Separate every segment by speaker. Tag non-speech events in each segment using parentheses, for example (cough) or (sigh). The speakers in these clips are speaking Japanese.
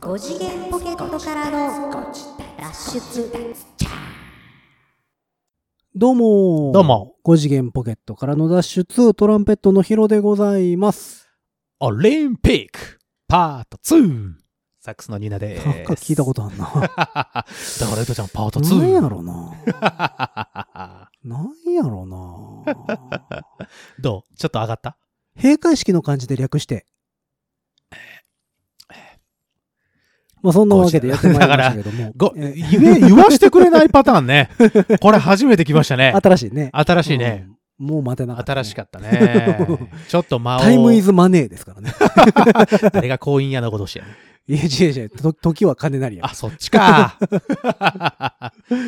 Speaker 1: 5次元ポケットからの脱出
Speaker 2: どうもー
Speaker 3: どう。も。
Speaker 2: 5次元ポケットからの脱出、トランペットのヒロでございます。
Speaker 3: オリンピックパート 2! サックスのニーナです。
Speaker 2: なんか聞いたことあんな。
Speaker 3: と。だからエトちゃんパート
Speaker 2: なんや
Speaker 3: 2!
Speaker 2: ろな。なんやろな。
Speaker 3: どうちょっと上がった
Speaker 2: 閉会式の感じで略して。まあそんなわけでやってまいりましたけど
Speaker 3: (laughs)
Speaker 2: も。
Speaker 3: ご、
Speaker 2: え
Speaker 3: 言え、言わしてくれないパターンね。これ初めて来ましたね。
Speaker 2: (laughs) 新しいね。
Speaker 3: 新しいね。
Speaker 2: うん。もう待てなかったね。
Speaker 3: 新しかったね。ちょっと間を。
Speaker 2: タイムイズマネーですからね。 (laughs)
Speaker 3: 誰が婚姻やのことしやねん。
Speaker 2: いや違う違う。と時は金なりや。
Speaker 3: あ、そっち
Speaker 2: (laughs)
Speaker 3: か。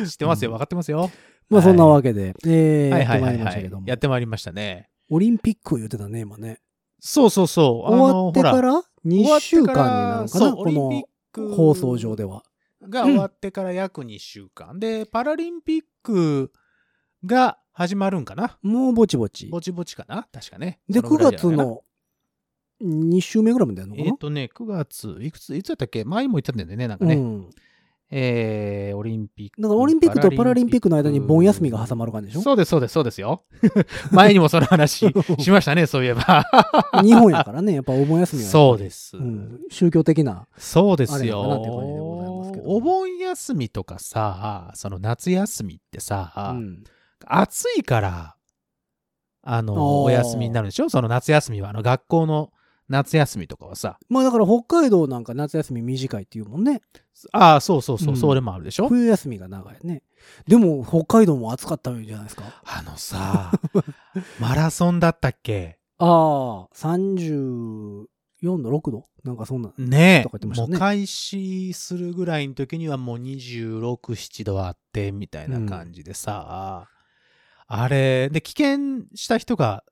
Speaker 3: 知ってますよ。分かってますよ。
Speaker 2: まあそんなわけで、えー
Speaker 3: はい
Speaker 2: やっ
Speaker 3: は
Speaker 2: て
Speaker 3: い
Speaker 2: ま
Speaker 3: はいい
Speaker 2: りま
Speaker 3: は
Speaker 2: したけ
Speaker 3: い
Speaker 2: ども。。
Speaker 3: やってまいりましたね。
Speaker 2: オリンピック言ってたね、今ね。
Speaker 3: そうそうそう。あ
Speaker 2: 終わ
Speaker 3: の
Speaker 2: って
Speaker 3: ほ
Speaker 2: からら2週間になるかな、
Speaker 3: そう
Speaker 2: こ
Speaker 3: オリン
Speaker 2: の
Speaker 3: ピック
Speaker 2: 放送上では。
Speaker 3: が終わってから約2週間、でパラリンピックが始まるんかな
Speaker 2: もうぼちぼち。
Speaker 3: ぼちぼちかな確かね
Speaker 2: で、
Speaker 3: その
Speaker 2: 9
Speaker 3: ぐらいじ
Speaker 2: 月
Speaker 3: ゃないかな
Speaker 2: の2週目ぐらいまでやるのか
Speaker 3: え
Speaker 2: な
Speaker 3: っ、、とね9月いくついつだったっけ前も言ったんだよねなんか
Speaker 2: う
Speaker 3: ね、
Speaker 2: ん。
Speaker 3: えー、オリンピック
Speaker 2: だからオリンピックとパラリンピックの間に盆休みが挟まる感じでしょ
Speaker 3: そうですそうですそうですよ (laughs) 前にもその
Speaker 2: (laughs)
Speaker 3: 話しましたねそういえば
Speaker 2: 日本やからね、やっぱお盆休みは。
Speaker 3: そうです、
Speaker 2: うん宗教的な。
Speaker 3: そうですよ
Speaker 2: あれなんて感じでございますけど
Speaker 3: お盆休みとかさその夏休みってさ、
Speaker 2: うん
Speaker 3: 暑いから、あ
Speaker 2: あー
Speaker 3: の、お休みになるでしょその夏休みは、あの、学校の夏休みとかはさ、
Speaker 2: まあだから北海道なんか夏休み短いっていうもんね。
Speaker 3: ああ、そうそうそう、
Speaker 2: うん
Speaker 3: それもあるでしょ
Speaker 2: 冬休みが長いね。でも北海道も暑かったじゃないですか。
Speaker 3: あのさ、 (laughs) マラソンだったっけ
Speaker 2: ああ、34度、6度なんかそんな。
Speaker 3: ね
Speaker 2: とか言ってま
Speaker 3: え、
Speaker 2: し
Speaker 3: も
Speaker 2: たね
Speaker 3: う開始するぐらいの時にはもう26、7度あって、みたいな感じでさ、あれ、で、危険した人が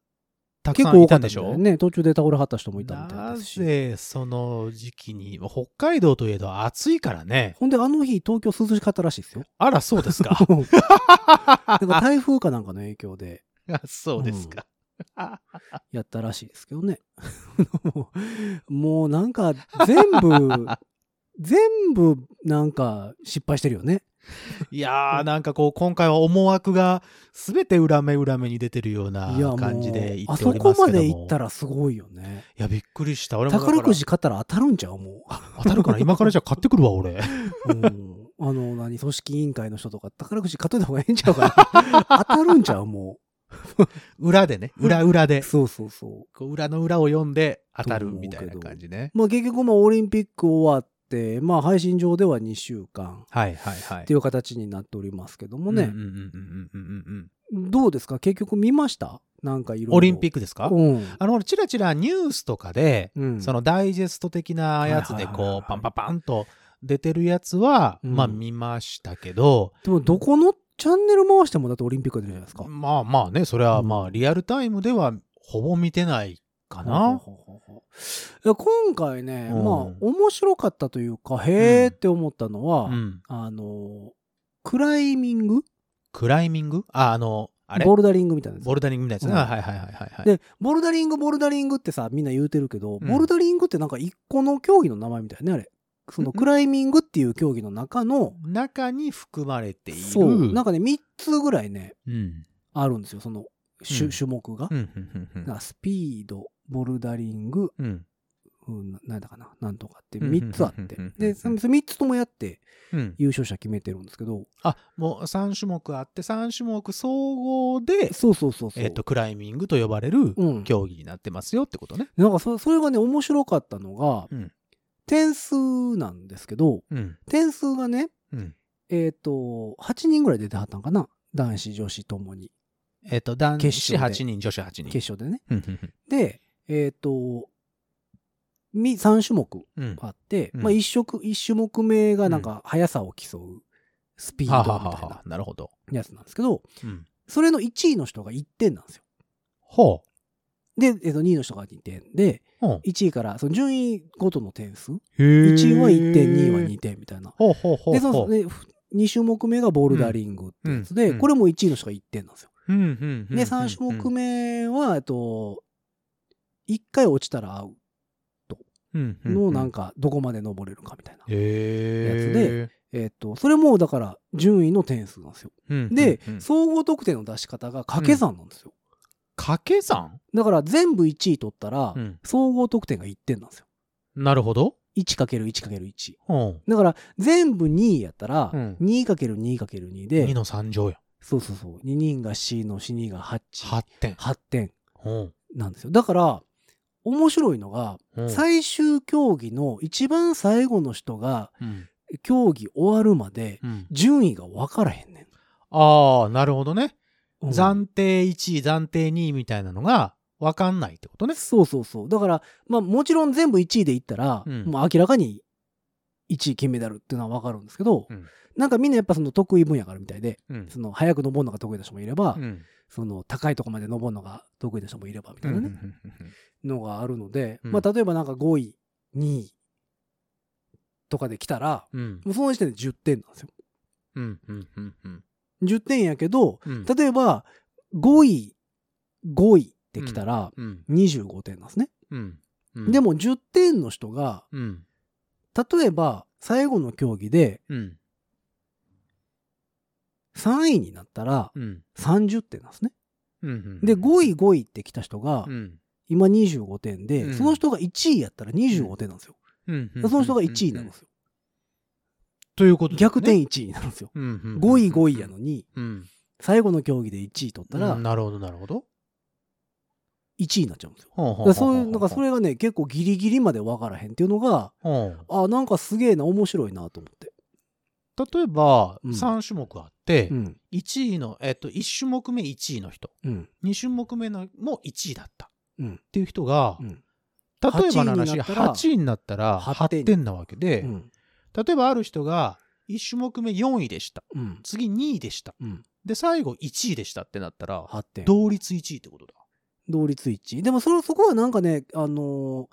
Speaker 3: たく
Speaker 2: 結
Speaker 3: さん
Speaker 2: 構
Speaker 3: い
Speaker 2: 多か
Speaker 3: た
Speaker 2: ったん
Speaker 3: んで
Speaker 2: だ
Speaker 3: し
Speaker 2: よ
Speaker 3: ょ
Speaker 2: ね。途中で倒れはった人もいたみたい
Speaker 3: な
Speaker 2: ですし。
Speaker 3: ぜその時期に、北海道といえど暑いからね。
Speaker 2: ほんで、あの日、東京涼しかったらしいですよ。
Speaker 3: あら、そうですか。
Speaker 2: (laughs) なんか台風かなんかの影響で
Speaker 3: あそうですか。
Speaker 2: やったらしいですけどね。 (laughs) もうもうなんか、全部、
Speaker 3: (laughs)
Speaker 2: 全部、なんか、失敗してるよね。
Speaker 3: いやー、なんかこう、今回は思惑がすべて裏目裏目に出てるようない
Speaker 2: や、もう、
Speaker 3: 感じで言
Speaker 2: あ
Speaker 3: ってお
Speaker 2: そ
Speaker 3: り
Speaker 2: こ
Speaker 3: ますけど
Speaker 2: ま
Speaker 3: も。
Speaker 2: で行ったらすごいよね。
Speaker 3: いや、びっくりした。俺もだから
Speaker 2: 宝くじ買ったら当たるんちゃうも
Speaker 3: 当たるかな今からじゃあ買ってくるわ、
Speaker 2: (laughs)
Speaker 3: 俺。
Speaker 2: う。うんあの、何、組織委員会の人とか、宝くじ買っといた方がええんちゃう
Speaker 3: (laughs)
Speaker 2: かな。当たるんちゃうも
Speaker 3: 裏でね、裏裏
Speaker 2: う。
Speaker 3: で。
Speaker 2: そうそうそう。
Speaker 3: こう裏の裏を読んで当たるみたいな感じね。
Speaker 2: まあ結局まあオリンピック終わって、まあ配信上では2週間
Speaker 3: はいはいはい。
Speaker 2: っていう形になっておりますけども
Speaker 3: うん
Speaker 2: ね
Speaker 3: うん、うんうんうんうんうん
Speaker 2: どうですか結局見ましたなんかいろいろ。
Speaker 3: オリンピッ
Speaker 2: ク
Speaker 3: クですか
Speaker 2: うん。
Speaker 3: あの、俺チラチラニュースとかで、
Speaker 2: うん
Speaker 3: そのダイジェスト的なやつで
Speaker 2: はいはいはい
Speaker 3: こ
Speaker 2: はいう
Speaker 3: パンパパンと出てるやつは、
Speaker 2: うん
Speaker 3: まあ見ましたけど、
Speaker 2: でもどこのチャンネル回してもだってオリンピックが出るじゃないですか。
Speaker 3: まあまあねそれは
Speaker 2: うん
Speaker 3: まあリアルタイムではほぼ見てないか
Speaker 2: ほう
Speaker 3: な。
Speaker 2: ほうほうほういや今回ね、
Speaker 3: うん
Speaker 2: まあ面白かったというか、へーって思ったのは、
Speaker 3: うん、
Speaker 2: あの、クライミング
Speaker 3: クライミングああのあれ
Speaker 2: ボルダリングみたいなやつ
Speaker 3: ボルダリングみたいなやつね、
Speaker 2: うん
Speaker 3: はいはいはいはいはい。
Speaker 2: で、ボルダリング、ボルダリングってさ、みんな言うてるけど、
Speaker 3: うん
Speaker 2: ボルダリングってなんか一個の競技の名前みたいね、あれ。その
Speaker 3: うん
Speaker 2: クライミングっていう競技の中の、
Speaker 3: 中に含まれている。
Speaker 2: そう、なん
Speaker 3: か、
Speaker 2: かね、3つぐらいね、
Speaker 3: うん、うん
Speaker 2: あるんですよ、その種,、
Speaker 3: うん
Speaker 2: 種目が。
Speaker 3: うんうんうん
Speaker 2: なんかスピード、ボルダリング、
Speaker 3: うん
Speaker 2: うん、ななんだかな、なんとかって
Speaker 3: うん
Speaker 2: 3つあって
Speaker 3: うん。
Speaker 2: で、その3つともやって
Speaker 3: うん。
Speaker 2: 優勝者決めてるんですけど、
Speaker 3: あもう3種目あって3種目総合で、
Speaker 2: そうそうそうそう。
Speaker 3: えっとクライミングと呼ばれる
Speaker 2: うん
Speaker 3: 競技になってますよってことね。
Speaker 2: なんかそそれがね、面白かったのが、
Speaker 3: うん
Speaker 2: 点数なんですけど、
Speaker 3: うん
Speaker 2: 点数がね、
Speaker 3: うん
Speaker 2: えっ、と、8人ぐらい出てはったんかな。男子、女子ともに。
Speaker 3: えっ、と、男
Speaker 2: 決
Speaker 3: 子
Speaker 2: 勝で
Speaker 3: 8人、女子8人。
Speaker 2: 決勝でね。
Speaker 3: うんうんうん
Speaker 2: で、えっ、と、み3種目
Speaker 3: うん
Speaker 2: あって、
Speaker 3: うん
Speaker 2: まあ1色、一種目目がなんか速さを競うスピー
Speaker 3: はあ
Speaker 2: ド
Speaker 3: はあ
Speaker 2: み
Speaker 3: は
Speaker 2: た
Speaker 3: あ
Speaker 2: い
Speaker 3: はあなるほど。
Speaker 2: なやつなんですけど、
Speaker 3: うん
Speaker 2: それの1位の人が1点なんですよ。
Speaker 3: ほ
Speaker 2: で、えーと2位の人が2点で、
Speaker 3: う。うん
Speaker 2: 1位からその順位ごとの点数、
Speaker 3: へー
Speaker 2: 1位は1点、2位は2。点みたいな。
Speaker 3: ほうほうほうほう。
Speaker 2: で、その、ね、2種目目がボルダリングってやつで、
Speaker 3: うんうん
Speaker 2: これも1位の人が1点なんですよ。
Speaker 3: うんうんうんうん
Speaker 2: で、3種目目は、えっと、1回落ちたらアウ
Speaker 3: うんう
Speaker 2: のなん
Speaker 3: か
Speaker 2: かどこまで登れるかみたいな、
Speaker 3: へ
Speaker 2: えーっとそれもだから順位の点数なんですよ
Speaker 3: え
Speaker 2: で、総
Speaker 3: そ
Speaker 2: 合得点の出し方が掛け算なんですよ、
Speaker 3: 掛け算
Speaker 2: だから全部1位取ったら、
Speaker 3: うん
Speaker 2: 総合得点が1点なんですよ
Speaker 3: なるほど
Speaker 2: 1×1×1
Speaker 3: うん
Speaker 2: だから全部2位やったら、
Speaker 3: うん
Speaker 2: 2×2×2 で
Speaker 3: 2の3乗や
Speaker 2: そうそうそう2人が C の死人が8 8,
Speaker 3: 8点
Speaker 2: 点
Speaker 3: うん
Speaker 2: なんですよだから面白いのが、
Speaker 3: うん
Speaker 2: 最終競技の一番最後の人が
Speaker 3: うん
Speaker 2: 競技終わるまで
Speaker 3: うん
Speaker 2: 順位が分からへんね
Speaker 3: ああなるほどね
Speaker 2: ん、
Speaker 3: 暫定1位暫定2位みたいなのが分かんないってことね
Speaker 2: そうそうそう。だから、まあもちろん全部1位でいったら、
Speaker 3: うん
Speaker 2: もう明らかに1位金メダルっていうのは分かるんですけど、
Speaker 3: うん
Speaker 2: なんかみんなやっぱその得意分野があるみたいで、
Speaker 3: うん
Speaker 2: その早く登るのが得意な人もいれば、
Speaker 3: うん
Speaker 2: その高いとこまで登るのが得意な人もいればみ
Speaker 3: う
Speaker 2: たい
Speaker 3: んう
Speaker 2: なんね、のがあるので、
Speaker 3: うん
Speaker 2: まあ例えばなんか5位、2位とかで来たら、
Speaker 3: うん
Speaker 2: もうその時点で10点なんですよ。
Speaker 3: うんうんうんうん
Speaker 2: 10点やけど、
Speaker 3: うん
Speaker 2: 例えば5位、5位って来たら
Speaker 3: うん
Speaker 2: 25点なんですね。
Speaker 3: うんうん
Speaker 2: でも10点の人が、
Speaker 3: うん
Speaker 2: 例えば最後の競技で
Speaker 3: うん
Speaker 2: 3位になったら
Speaker 3: うん
Speaker 2: 30点なんですね。
Speaker 3: うんうん
Speaker 2: で5位5位って来た人が
Speaker 3: うん
Speaker 2: 今25点で、
Speaker 3: うん
Speaker 2: その人が1位やったら25点なんですよ。
Speaker 3: うんうん
Speaker 2: その人が1位になるんですよ。
Speaker 3: ということだね
Speaker 2: 逆転1位になるんですよ。5位5位やのに
Speaker 3: うん
Speaker 2: 最後の競技で1位取ったら
Speaker 3: うん
Speaker 2: 1
Speaker 3: なるほどなるほど
Speaker 2: 位になっちゃうんですよ。
Speaker 3: ほうほ
Speaker 2: だ
Speaker 3: う
Speaker 2: から
Speaker 3: ほ
Speaker 2: そう
Speaker 3: ほ
Speaker 2: いううなんかそれがね結構ギリギリまで分からへんっていうのが
Speaker 3: うん
Speaker 2: あなんかすげえな面白いなと思って。
Speaker 3: 例えば
Speaker 2: うん
Speaker 3: 3種目あって
Speaker 2: うん
Speaker 3: 1位のえっと1種目目1位の人
Speaker 2: うん
Speaker 3: 2種目目のも1位だった
Speaker 2: う
Speaker 3: っ
Speaker 2: ん
Speaker 3: ていう人が
Speaker 2: うん
Speaker 3: 例えばの
Speaker 2: 8位に
Speaker 3: 話
Speaker 2: なったら
Speaker 3: 8位になったら
Speaker 2: 8点
Speaker 3: 8点なわけ
Speaker 2: う
Speaker 3: で
Speaker 2: ん
Speaker 3: 例えばある人が1種目目4位でした
Speaker 2: うん
Speaker 3: 次2位でした
Speaker 2: うん
Speaker 3: で最後1位でしたってなったら
Speaker 2: 8点。
Speaker 3: 同率1位ってことだ
Speaker 2: 同率1位。でもそれそこはなんかね、あの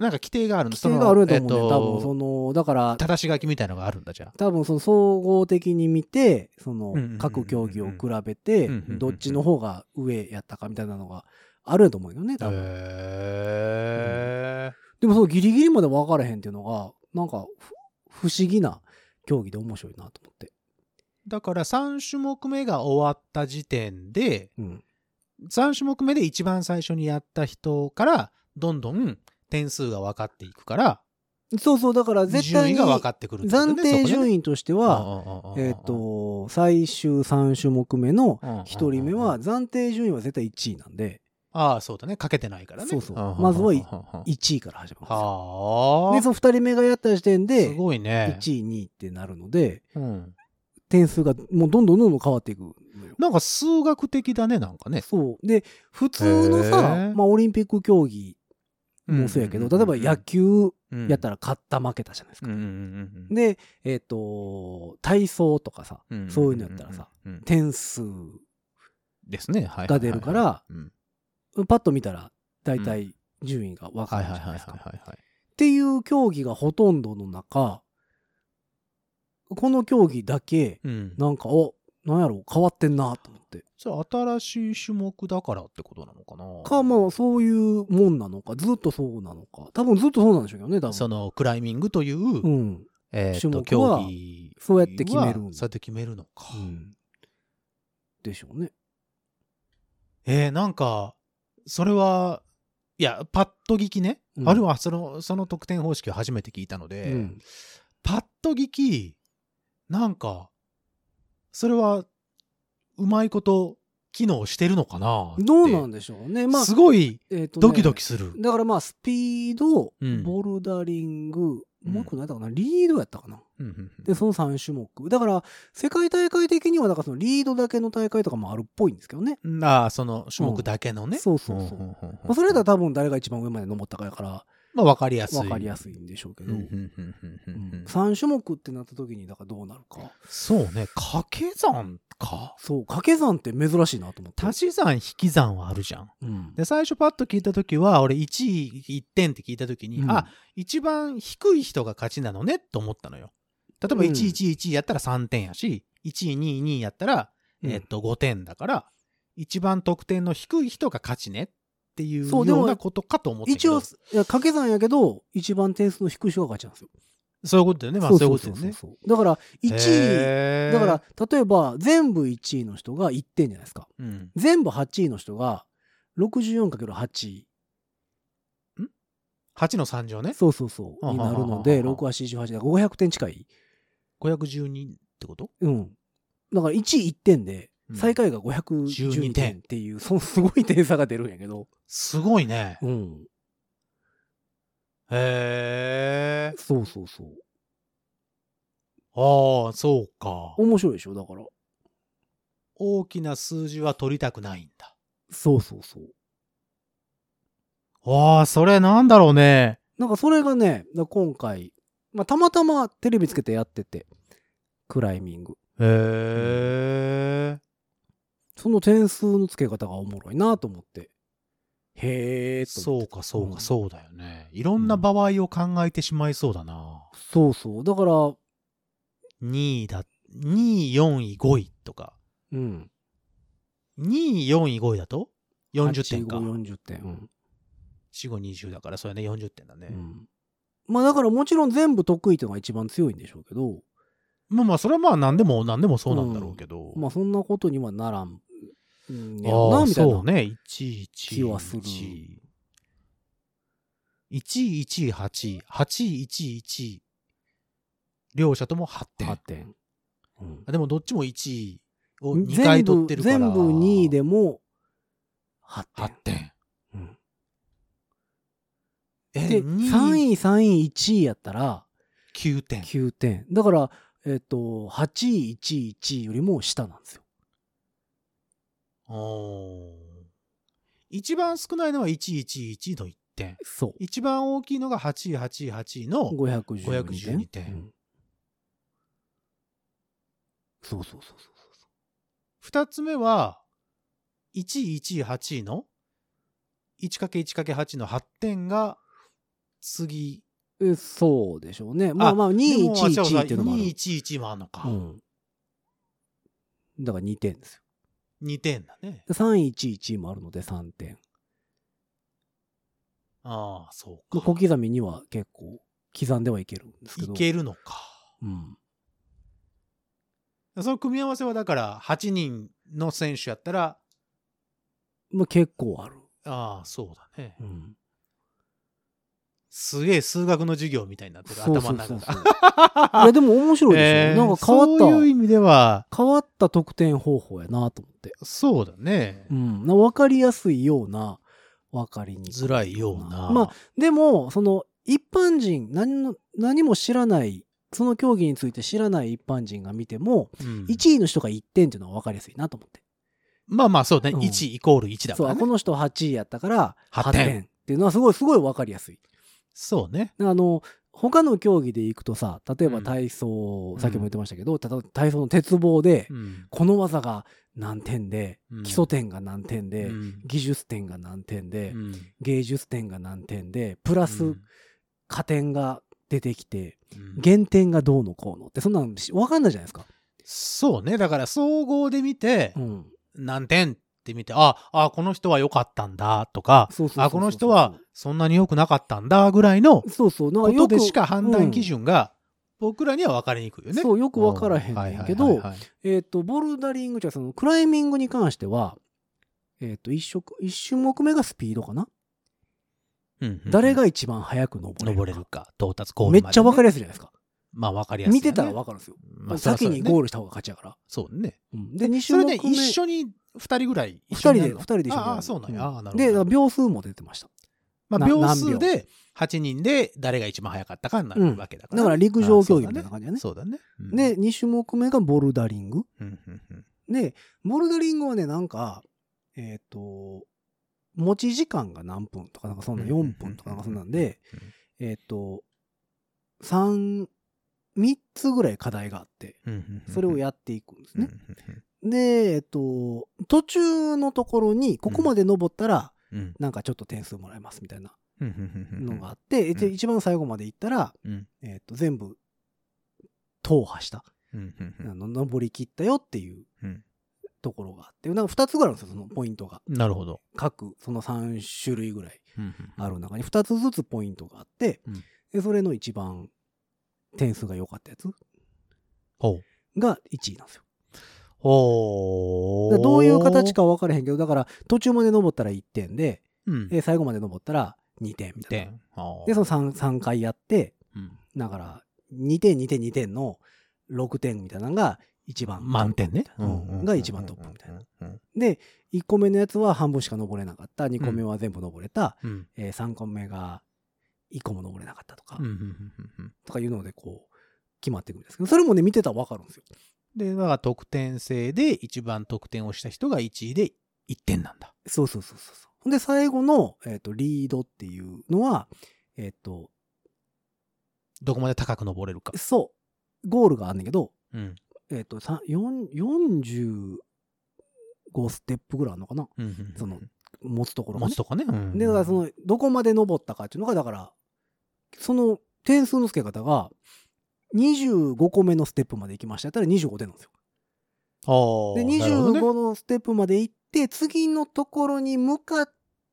Speaker 3: なんか規定がある
Speaker 2: ー、
Speaker 3: の
Speaker 2: 規定があると思うね、
Speaker 3: そ
Speaker 2: 多
Speaker 3: の
Speaker 2: 分その、だから、
Speaker 3: 正し書きみたいのがあるんだじゃあ
Speaker 2: 多分その総合的に見て、その
Speaker 3: んうんうんうん
Speaker 2: 各競技を比べて、
Speaker 3: うんうんうんうん
Speaker 2: どっちの方が上やったかみたいなのがあるんやと思うよね、多分。
Speaker 3: へえ
Speaker 2: でもそのギリギリまで分からへんっていうのが、なんかふ不思議な競技で面白いなと思って。
Speaker 3: だから3種目目が終わった時点で
Speaker 2: うん。
Speaker 3: 3種目目で一番最初にやった人からどんどん点数が分かっていくから
Speaker 2: そうそう、だから絶
Speaker 3: 順
Speaker 2: 対
Speaker 3: 位
Speaker 2: に
Speaker 3: が分か
Speaker 2: 暫
Speaker 3: ってくる
Speaker 2: 定順
Speaker 3: 位
Speaker 2: 位としては、えっ、と、最終3種目目の1人目は暫定順位は絶対1位なんで、
Speaker 3: ああそうだねかけてないからね
Speaker 2: そうそうん
Speaker 3: んんん
Speaker 2: まずは
Speaker 3: うんうん
Speaker 2: 1位から始まるんですよ。
Speaker 3: はあ
Speaker 2: で、その2人目がやった時点
Speaker 3: す
Speaker 2: で、
Speaker 3: ごいね
Speaker 2: 1位、2位ってなるので、
Speaker 3: うん
Speaker 2: 点数がもうどんどんどんどん変わっていくのよ。
Speaker 3: なんか数学的だねなんかね
Speaker 2: そう。で、普通の
Speaker 3: へ
Speaker 2: さ
Speaker 3: ー、
Speaker 2: まあオリンピック競技もそうやけど、例えば野球やったら勝った負けたじゃないですか。
Speaker 3: で
Speaker 2: で、えっ、と、体操とかさ、そういうのやったらさ点数
Speaker 3: ですねはい
Speaker 2: が出るから、
Speaker 3: うん
Speaker 2: パッと見たら大体順位が分か
Speaker 3: はい
Speaker 2: るじ
Speaker 3: は
Speaker 2: ゃ
Speaker 3: い
Speaker 2: ないです
Speaker 3: はいはい
Speaker 2: か。
Speaker 3: はいはい
Speaker 2: っていう競技がほとんどの中、この競技だけ、
Speaker 3: うん
Speaker 2: なんか、お、なんやろ、変わってんなと思って。
Speaker 3: それ新しい種目だからってことなのかな
Speaker 2: か、まあ、そういうもんなのか、ずっとそうなのか。多分ずっとそうなんでしょうけどね、多分。
Speaker 3: そのクライミングという、
Speaker 2: うん。
Speaker 3: えー
Speaker 2: 種目
Speaker 3: と
Speaker 2: は
Speaker 3: 競技は
Speaker 2: そうやって決めるんだ
Speaker 3: そうやって決めるのか、
Speaker 2: うんでしょうね。
Speaker 3: えーなんかそれはいやパッと聞きね、
Speaker 2: うん
Speaker 3: あるいはそのその得点方式を初めて聞いたので、
Speaker 2: うん
Speaker 3: パッと聞きなんかそれはうまいこと機能してるのかなって
Speaker 2: どうなんでしょうね。まあ、
Speaker 3: すごい
Speaker 2: えっとね
Speaker 3: ドキドキする、
Speaker 2: だからまあ、スピード
Speaker 3: うん、
Speaker 2: ボルダリング、
Speaker 3: うん
Speaker 2: もう一個何やったかな、リードやったかな。
Speaker 3: うんうんうん
Speaker 2: で、その3種目。だから、世界大会的には、だからそのリードだけの大会とかもあるっぽいんですけどね。
Speaker 3: ああその種目だけのね、
Speaker 2: そうそうそう。
Speaker 3: んんんん
Speaker 2: まあ、それだと多分誰が一番上まで登ったかやから、
Speaker 3: まあ分かりやすい
Speaker 2: 分かりや
Speaker 3: い
Speaker 2: すいんでしょうけ
Speaker 3: う
Speaker 2: ど、
Speaker 3: んうんうんうんうんうん
Speaker 2: 3種目ってなった時にだからどうなるか
Speaker 3: そうね掛け算か
Speaker 2: そう掛け算って珍しいなと思って
Speaker 3: 足し算引き算はあるじゃん
Speaker 2: うん
Speaker 3: で最初パッと聞いた時は俺1位1点って聞いた時に、
Speaker 2: うん
Speaker 3: あ一番低い人が勝ちなのねと思ったのよ例えば
Speaker 2: うん
Speaker 3: 111やったら3点やし1位2位2位やったら、
Speaker 2: うん
Speaker 3: えっと5点だから一番得点の低い人が勝ちねっっていう
Speaker 2: そうでも
Speaker 3: ようなことかと思って
Speaker 2: 一応、いや掛け算やけど、一番点数の低い人が勝ちなんですよ。
Speaker 3: そういうことだよね。まあそういうことだよね。
Speaker 2: そうそうそうだから、1位、
Speaker 3: へ
Speaker 2: だ
Speaker 3: ー
Speaker 2: か、ら、例えば、全部1位の人が1点じゃないですか。
Speaker 3: うん。
Speaker 2: 全部8位の人が、64×8。
Speaker 3: 8の3乗ね。
Speaker 2: そうそうそう。
Speaker 3: あは
Speaker 2: に
Speaker 3: はは
Speaker 2: な
Speaker 3: は
Speaker 2: るので、6は48だから500点近い。
Speaker 3: 512ってこと
Speaker 2: うん。だから1位1点で、
Speaker 3: うん
Speaker 2: 最下位が512点っていう、そのすごい点差が出るんやけど。
Speaker 3: すごいね。
Speaker 2: うん。
Speaker 3: へえ。
Speaker 2: そうそうそう。
Speaker 3: ああ、そうか。
Speaker 2: 面白いでしょだから。
Speaker 3: 大きな数字は取りたくないんだ。
Speaker 2: そうそうそう。
Speaker 3: ああ、それなんだろうね。
Speaker 2: なんかそれがね、だから今回、まあ、たまたまテレビつけてやってて、クライミング。
Speaker 3: へえ。
Speaker 2: その点数の付け方がおもろいなと思って。へえと
Speaker 3: そ
Speaker 2: 思っ
Speaker 3: う
Speaker 2: て。
Speaker 3: か、そう
Speaker 2: うん
Speaker 3: か、そうだよね。いろんな場合を考えてしまいそうだな。
Speaker 2: そうそう。だから、
Speaker 3: 2位だ、2位、4位、5位とか。
Speaker 2: うん。
Speaker 3: 2位、4位、5位だと40点か。
Speaker 2: 8 5 40点。うん
Speaker 3: 4、5、20だから、それね、40点だね
Speaker 2: う。ん。まあだからもちろん全部得意っていうのが一番強いんでしょうけど、
Speaker 3: まあまあ、それはまあ、何でも、何でもそうなんだろうけど。
Speaker 2: まあそんなことにはならん。うんやろ
Speaker 3: あ
Speaker 2: な、
Speaker 3: あ
Speaker 2: みたい
Speaker 3: そ
Speaker 2: な
Speaker 3: う。ね、1位、1位。
Speaker 2: 気はする
Speaker 3: 1位、1位、8位。8位、1位、1位。両者とも8点。
Speaker 2: 8点。うん
Speaker 3: あでも、どっちも1位を2回取ってるから。
Speaker 2: 全部全部2位でも8
Speaker 3: 8
Speaker 2: 点。
Speaker 3: 点。
Speaker 2: うん
Speaker 3: え、
Speaker 2: で、3
Speaker 3: 3位。
Speaker 2: 位、3位、1位やったら
Speaker 3: 9点。
Speaker 2: 9点。だから、えっ、と、8位、1位、1位よりも下なんですよ。
Speaker 3: おー一番少ないのは1111の1点。
Speaker 2: そ
Speaker 3: 一番大きいのが8888
Speaker 2: う。
Speaker 3: の。
Speaker 2: 512
Speaker 3: 512
Speaker 2: 点。
Speaker 3: 点
Speaker 2: うんそうそうそうそうそ
Speaker 3: 二つ目は、1118の 1×1×8 の8点が、次。
Speaker 2: う。えそうでしょうね。まあまあ、2
Speaker 3: で
Speaker 2: 位、
Speaker 3: もあ
Speaker 2: 1位、
Speaker 3: 違
Speaker 2: 1位っていうのもある。
Speaker 3: 211もあるのか。
Speaker 2: うん。だから2点ですよ。
Speaker 3: 2点だね。
Speaker 2: 3位、1位、1位もあるので3点。
Speaker 3: ああ、そう
Speaker 2: まあ
Speaker 3: か。
Speaker 2: 小刻みには結構刻んではいけるんですけ
Speaker 3: い
Speaker 2: ど。
Speaker 3: けるのか。
Speaker 2: うん。
Speaker 3: その組み合わせは、だから、8人の選手やったら、
Speaker 2: まあ結構ある。
Speaker 3: ああ、そうだね。
Speaker 2: うん。
Speaker 3: すげえ数学の授業みたいになってる、
Speaker 2: そう
Speaker 3: 頭
Speaker 2: そ
Speaker 3: の
Speaker 2: うそ
Speaker 3: 中
Speaker 2: う
Speaker 3: が
Speaker 2: そ。う。 (laughs) いやでも面白いでしょ。
Speaker 3: えー
Speaker 2: なんか変わった。
Speaker 3: そういう意味では、
Speaker 2: 変わった得点方法やなと思って。
Speaker 3: そうだね。
Speaker 2: うん。な分かりやすいような、分かりにく
Speaker 3: づらいような。
Speaker 2: まあ、でも、その、一般人、何の、何も知らない、その競技について知らない一般人が見ても、
Speaker 3: うん
Speaker 2: 1位の人が1点っていうのは分かりやすいなと思って。
Speaker 3: まあまあ、そうね。
Speaker 2: うん
Speaker 3: 1イコール1だか
Speaker 2: そう、
Speaker 3: ら
Speaker 2: あ
Speaker 3: ね
Speaker 2: こ。の人8位やったから、8点
Speaker 3: 8点
Speaker 2: っていうのはすごい、すごい分かりやすい。
Speaker 3: そうね。
Speaker 2: あの、他の競技で行くとさ、例えば
Speaker 3: うん
Speaker 2: 体操、
Speaker 3: うん
Speaker 2: さっきも言ってましたけど、たと体操の鉄棒で、
Speaker 3: うん
Speaker 2: この技が何点で、
Speaker 3: うん
Speaker 2: 基礎点が何点で、
Speaker 3: うん
Speaker 2: 技術点が何点で、
Speaker 3: うん
Speaker 2: 芸術点が何点で、プラ
Speaker 3: う
Speaker 2: ス
Speaker 3: ん
Speaker 2: 加点が出てきて、
Speaker 3: うん
Speaker 2: 減点がどうのこうのって、そんなのしわかんないじゃないですか。
Speaker 3: そうね。だから、総合で見て
Speaker 2: う、ん。
Speaker 3: 何点って見て、あ、あ、この人は良かったんだとか、
Speaker 2: そうそうそうそう
Speaker 3: あ、この人はそんなに良くなかったんだぐらいの
Speaker 2: そうそう。なん
Speaker 3: こ
Speaker 2: かよ
Speaker 3: と
Speaker 2: く
Speaker 3: でしか判断基準が、僕らには分かりにくいよね。
Speaker 2: そう、よくわからへんねんけ
Speaker 3: うはい
Speaker 2: ど
Speaker 3: はい、はいはい
Speaker 2: えっと、ボルダリングじゃそのクライミングに関しては、えっと、一色一種目目がスピードかな
Speaker 3: うんうん
Speaker 2: 誰が一番早く登れるか
Speaker 3: 登れるか、到達ゴール
Speaker 2: め
Speaker 3: ま
Speaker 2: っ
Speaker 3: でね
Speaker 2: ちゃ分かりやすいじゃないですか。
Speaker 3: まあ分かりやすいよね。
Speaker 2: 見てたら分かるんですよ。
Speaker 3: まあ
Speaker 2: 先にゴ
Speaker 3: ー
Speaker 2: ー
Speaker 3: ル。
Speaker 2: ルした方が勝ちやから。
Speaker 3: そうね。
Speaker 2: うんで、2
Speaker 3: そ
Speaker 2: 種
Speaker 3: れ
Speaker 2: 目目。
Speaker 3: ね、一緒に2人ぐらい
Speaker 2: 二
Speaker 3: 一
Speaker 2: 人
Speaker 3: 緒にや
Speaker 2: で、
Speaker 3: るの。
Speaker 2: 二人で一緒にやる
Speaker 3: ああ、そうなんや。ああなるほど。
Speaker 2: で、だから秒数も出てました。
Speaker 3: ま
Speaker 2: な
Speaker 3: あ、秒
Speaker 2: 何秒
Speaker 3: 数で8人で誰が一番早かったかになるわけだから
Speaker 2: だ
Speaker 3: ね。
Speaker 2: から陸上競技みたいな感じだね。
Speaker 3: そうだね。そうだね
Speaker 2: で、、2種目目がボルダリング。
Speaker 3: うんうんうん
Speaker 2: で、ボルダリングはね、なんか、えっ、と、持ち時間が何分とか、なんかそんな
Speaker 3: うんうんうんうん
Speaker 2: 4分とか、なんかそんなんで、えっ、と、3、3つぐらい課題があって、
Speaker 3: うんうんうんうん
Speaker 2: それをやっていくんです
Speaker 3: うんう
Speaker 2: ね。
Speaker 3: ん
Speaker 2: で、えっ、と、途中のところに、ここまで登ったら、
Speaker 3: うん
Speaker 2: なんかちょっと点数もらえますみたいな
Speaker 3: うんうんうんうん
Speaker 2: のがあって、
Speaker 3: うん
Speaker 2: 一番最後まで行ったら、
Speaker 3: うん
Speaker 2: えっ、と、全部、踏破した。
Speaker 3: うんうんうん
Speaker 2: あの登り切ったよっていう
Speaker 3: うん
Speaker 2: ところがあって、なんか2つぐらいあるんですよ、そのポイントが。
Speaker 3: なるほど。
Speaker 2: 各、その3種類ぐらい
Speaker 3: うん
Speaker 2: ある中に2つずつポイントがあって、
Speaker 3: うん
Speaker 2: でそれの一番点数が良かったやつ
Speaker 3: ほう。
Speaker 2: が1位なんですよ。
Speaker 3: ほ
Speaker 2: だからどういう形。かは分からへんけど、だから途中まで登ったら1点で、
Speaker 3: うん。
Speaker 2: で最後まで登ったら2点みたいな。
Speaker 3: 点。ほう
Speaker 2: で、その 3, 3回やって、
Speaker 3: うん
Speaker 2: だから2点、2点、2点の6点みたいなのが一番。
Speaker 3: 満点ね。
Speaker 2: うんが一番トップみたいな。
Speaker 3: うん
Speaker 2: で、1個目のやつは半分しか登れなかった、2個目は全部登れた、
Speaker 3: うん。
Speaker 2: え3個目が1個も登れなかったとか、
Speaker 3: うんうんうんうんうん
Speaker 2: とかいうのでこう、決まっていくんですけど、それもね、見てたら分かるんですよ。
Speaker 3: で、だから得点制で一番得点をした人が1位で1点なんだ。
Speaker 2: そうそうそうそうそう。ほんで、最後の、えっとリードっていうのは、えっ、と、
Speaker 3: どこまで高く登れるか。
Speaker 2: そう、ゴールがあんねんけど、
Speaker 3: うん。
Speaker 2: えっ、と、さ四45ステップぐらいあるのかな
Speaker 3: うんうんうん
Speaker 2: その持つところが、
Speaker 3: 持
Speaker 2: ね
Speaker 3: つ。とかね。うん
Speaker 2: で、だからその、どこまで登ったかっていうのが、だから、その点数の付け方が、25個目のステップまで行きましたやったら25点なんですよ。
Speaker 3: ほう
Speaker 2: で、
Speaker 3: なるほどね
Speaker 2: 25のステップまで行って、次のところに向かっ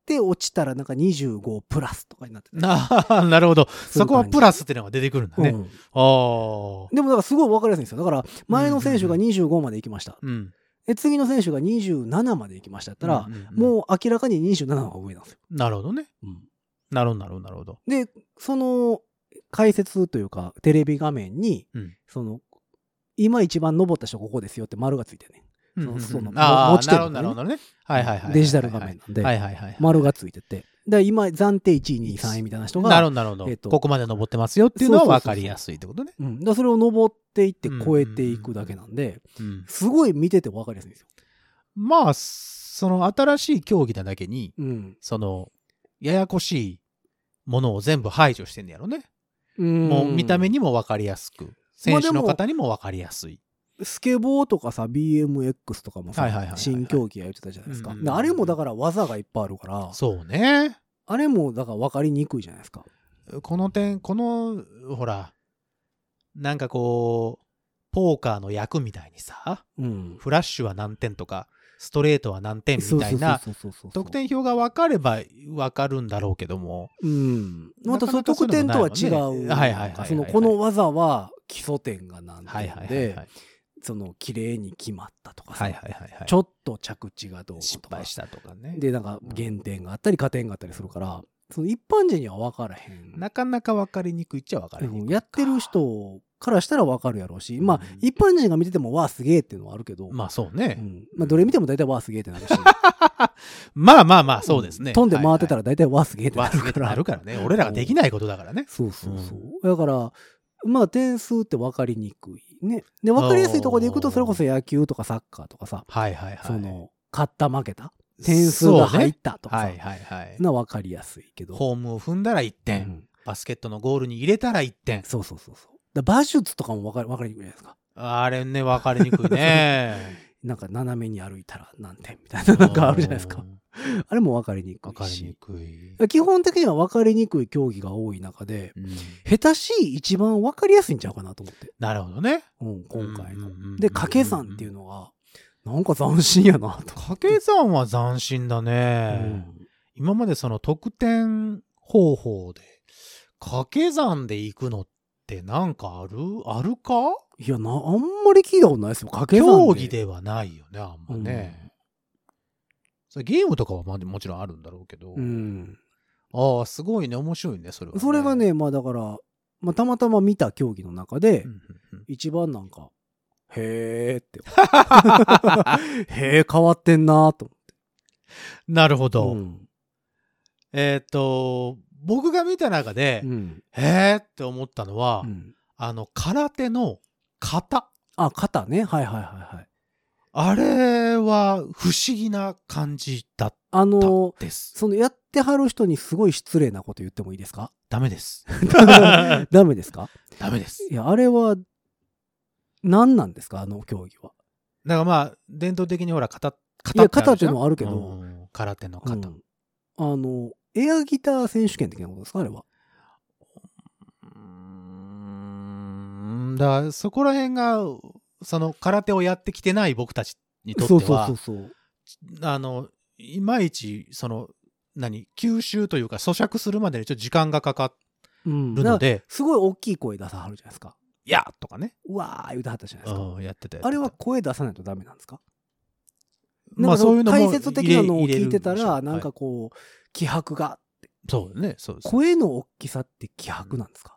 Speaker 2: て落ちたら、なんか25プラスとかになってたり
Speaker 3: なあ、なるほど。
Speaker 2: する感じ
Speaker 3: そこはプラスっていうのが出てくるんだね。
Speaker 2: うん
Speaker 3: ああ。
Speaker 2: でもだからすごい分かりやすいんですよ。だから前の選手が25まで行きました。
Speaker 3: うん。
Speaker 2: で次の選手が27まで行きましたやったら
Speaker 3: う、んうんうん
Speaker 2: もう明らかに27の方が上なんですよ。
Speaker 3: なるほどね。なるほど、なるほど、なるほど。
Speaker 2: で、その解説というかテレビ画面に、
Speaker 3: うん
Speaker 2: その今一番登った人ここですよって丸がついてね。
Speaker 3: うん
Speaker 2: そのその
Speaker 3: ああ、
Speaker 2: 持ち手
Speaker 3: な
Speaker 2: の
Speaker 3: るほ
Speaker 2: ね
Speaker 3: ど、なるほどね。はいはいはい。
Speaker 2: デジタル画面なんで、
Speaker 3: はいはいはい。
Speaker 2: 丸がついてて。で、今暫定1位、2位、3位みたいな人が、
Speaker 3: なるほど、なるほ
Speaker 2: えっ
Speaker 3: ど。
Speaker 2: と
Speaker 3: ここまで登ってますよっていうのは
Speaker 2: そうそうそう
Speaker 3: 分
Speaker 2: そう
Speaker 3: かりやすいってことね。
Speaker 2: うん、だからそれを登っていって超えていくだけなんで、
Speaker 3: うん
Speaker 2: すごい見てて分かりやすいんですよ。
Speaker 3: まあ、その新しい競技なだけに、
Speaker 2: うん
Speaker 3: その、ややこしいものを全部排除してんねやろね。
Speaker 2: うん
Speaker 3: もう見た目にも分かりやすく、選手の方にも分かりやすい。
Speaker 2: スケボーとかさ BMX とかもさ、
Speaker 3: はいはいはいはい
Speaker 2: 新競技や言ってたじゃないですか、
Speaker 3: うんうんうん
Speaker 2: であれもだから技がいっぱいあるから
Speaker 3: そうね。
Speaker 2: あれもだから分かりにくいじゃないですか
Speaker 3: この点、この、ほら、なんかこう、ポーカーの役みたいにさ、
Speaker 2: うん
Speaker 3: フラッシュは何点とか、ストレートは何点みたいな、
Speaker 2: そうそうそうそうそう
Speaker 3: 得点表が分かれば分かるんだろうけども、
Speaker 2: うんま
Speaker 3: な
Speaker 2: た
Speaker 3: か
Speaker 2: その
Speaker 3: なかそ
Speaker 2: 得
Speaker 3: ういう
Speaker 2: 点
Speaker 3: の
Speaker 2: とは
Speaker 3: も
Speaker 2: 違
Speaker 3: ないうもんねはいはいはいはいはい
Speaker 2: そのこの技は基礎点が何
Speaker 3: はいはい
Speaker 2: 点
Speaker 3: はいは
Speaker 2: で
Speaker 3: い。
Speaker 2: その綺麗に決まったとかさ、
Speaker 3: はいはいはいはい。
Speaker 2: ちょっと着地がどう
Speaker 3: 失
Speaker 2: とか
Speaker 3: 敗したとかね。
Speaker 2: でなんか減点があったり加点があったりするからその一般人には分からへん
Speaker 3: なかなか分かりにくいっちゃ分かりに
Speaker 2: う
Speaker 3: く
Speaker 2: ん
Speaker 3: い。
Speaker 2: やってる人からしたらわかるやろうし、まあ
Speaker 3: うん
Speaker 2: 一般人が見ててもわあすげえっていうのはあるけど、
Speaker 3: まあそう
Speaker 2: う
Speaker 3: ね。
Speaker 2: んまあ、どれ見ても大体わあすげえってなるし
Speaker 3: まあまあまあ、 (laughs) そうですね。
Speaker 2: 飛んで回ってた
Speaker 3: ら、
Speaker 2: ら大体わあすげえってな
Speaker 3: わ
Speaker 2: る
Speaker 3: す
Speaker 2: か
Speaker 3: げ
Speaker 2: ら
Speaker 3: なるからね。俺らができないことだからね。
Speaker 2: そうそうそう、だからまあ点数って分かりにくいねで分かりやすいところでいくと
Speaker 3: おー
Speaker 2: それこそ野球とかサッカーとかさ、
Speaker 3: はいはいはい。
Speaker 2: その勝った負けた点数が入ったとかさ、
Speaker 3: はいはいはい。
Speaker 2: な分かりやすいけど、
Speaker 3: ホームを踏んだら1
Speaker 2: う
Speaker 3: 点、
Speaker 2: ん
Speaker 3: バスケットのゴールに入れたら1点。
Speaker 2: そうそうそうそうだから馬術とかも分かり分かりにくいじゃないですか
Speaker 3: あれね、分かりにくいね。
Speaker 2: なんか斜めに歩いたら何点みたい (laughs) ななんかあるじゃないですか
Speaker 3: うん。
Speaker 2: あれも分かりにく
Speaker 3: 分
Speaker 2: い
Speaker 3: かり
Speaker 2: し
Speaker 3: にくい。
Speaker 2: 基本的には分かりにくい競技が多い中で、
Speaker 3: うん
Speaker 2: 下手しい一番分かりやすいんちゃうかなと思って、
Speaker 3: なるほどね。
Speaker 2: うん、今回の
Speaker 3: うんうんうんうんうん。
Speaker 2: で、掛け算っていうのが、なんか斬新やなと。
Speaker 3: 掛け算は斬新だ
Speaker 2: う
Speaker 3: ね。
Speaker 2: ん
Speaker 3: 今までその得点方法で、掛け算で行くのってなんかあるあるか
Speaker 2: いやな、あんまり聞いたことないですよ。掛け算
Speaker 3: 競技。ではないよね、あんまね。それゲームとかはまあもちろんあるんだろうけど。
Speaker 2: うん。
Speaker 3: ああ、すごいね。面白いね、それは、
Speaker 2: それが、ね、まあだから、まあたまたま見た競技の中で
Speaker 3: うん、うんうん
Speaker 2: 一番なんか、へー
Speaker 3: (laughs)
Speaker 2: って。へー変わってんなと
Speaker 3: なるほど。
Speaker 2: 思って。
Speaker 3: えーっ、と、僕が見た中で、
Speaker 2: うん。うん。
Speaker 3: へーって思ったのは、
Speaker 2: うん
Speaker 3: あの、空手の型。
Speaker 2: あ、肩ね。はいはいはいはい。
Speaker 3: あれは不思議な感じだっ
Speaker 2: あの
Speaker 3: た
Speaker 2: ー
Speaker 3: です。
Speaker 2: そのやってはる人にすごい失礼なこと言ってもいいです
Speaker 3: (laughs)
Speaker 2: か
Speaker 3: ダメです。
Speaker 2: ダメ (laughs) ですか
Speaker 3: ダメです。
Speaker 2: いや、あれは、何なんですかあの競技は。
Speaker 3: だからまあ、伝統的にほら、型、
Speaker 2: いや
Speaker 3: あるじゃん
Speaker 2: 型ってのはあるけど
Speaker 3: うん空手の型。
Speaker 2: うんあの、エアギター選手権的なことですかあれは。
Speaker 3: うーんだからそこら辺が、その空手をやってきてない僕たちにとって
Speaker 2: そ
Speaker 3: は
Speaker 2: うそうそうそう。
Speaker 3: あのいまいちその何吸収というか咀嚼するまでにちょっと時間がかか
Speaker 2: うん、
Speaker 3: る
Speaker 2: だか
Speaker 3: の
Speaker 2: ら
Speaker 3: です
Speaker 2: ごい大きい声出さはるじゃないですか。
Speaker 3: 「いや!」とかね、
Speaker 2: うわー言うてはったじゃないですか。
Speaker 3: うん、やってたやってた
Speaker 2: あれは声出さないとダメなんですかな
Speaker 3: まあ
Speaker 2: んか
Speaker 3: そういうのも
Speaker 2: 解説的なのを
Speaker 3: 入れ
Speaker 2: 聞
Speaker 3: 入れる
Speaker 2: いてた
Speaker 3: でしょは
Speaker 2: ら、
Speaker 3: い
Speaker 2: なんかこう、気迫が、
Speaker 3: そうねそうです
Speaker 2: 声の大きさって気迫なんですか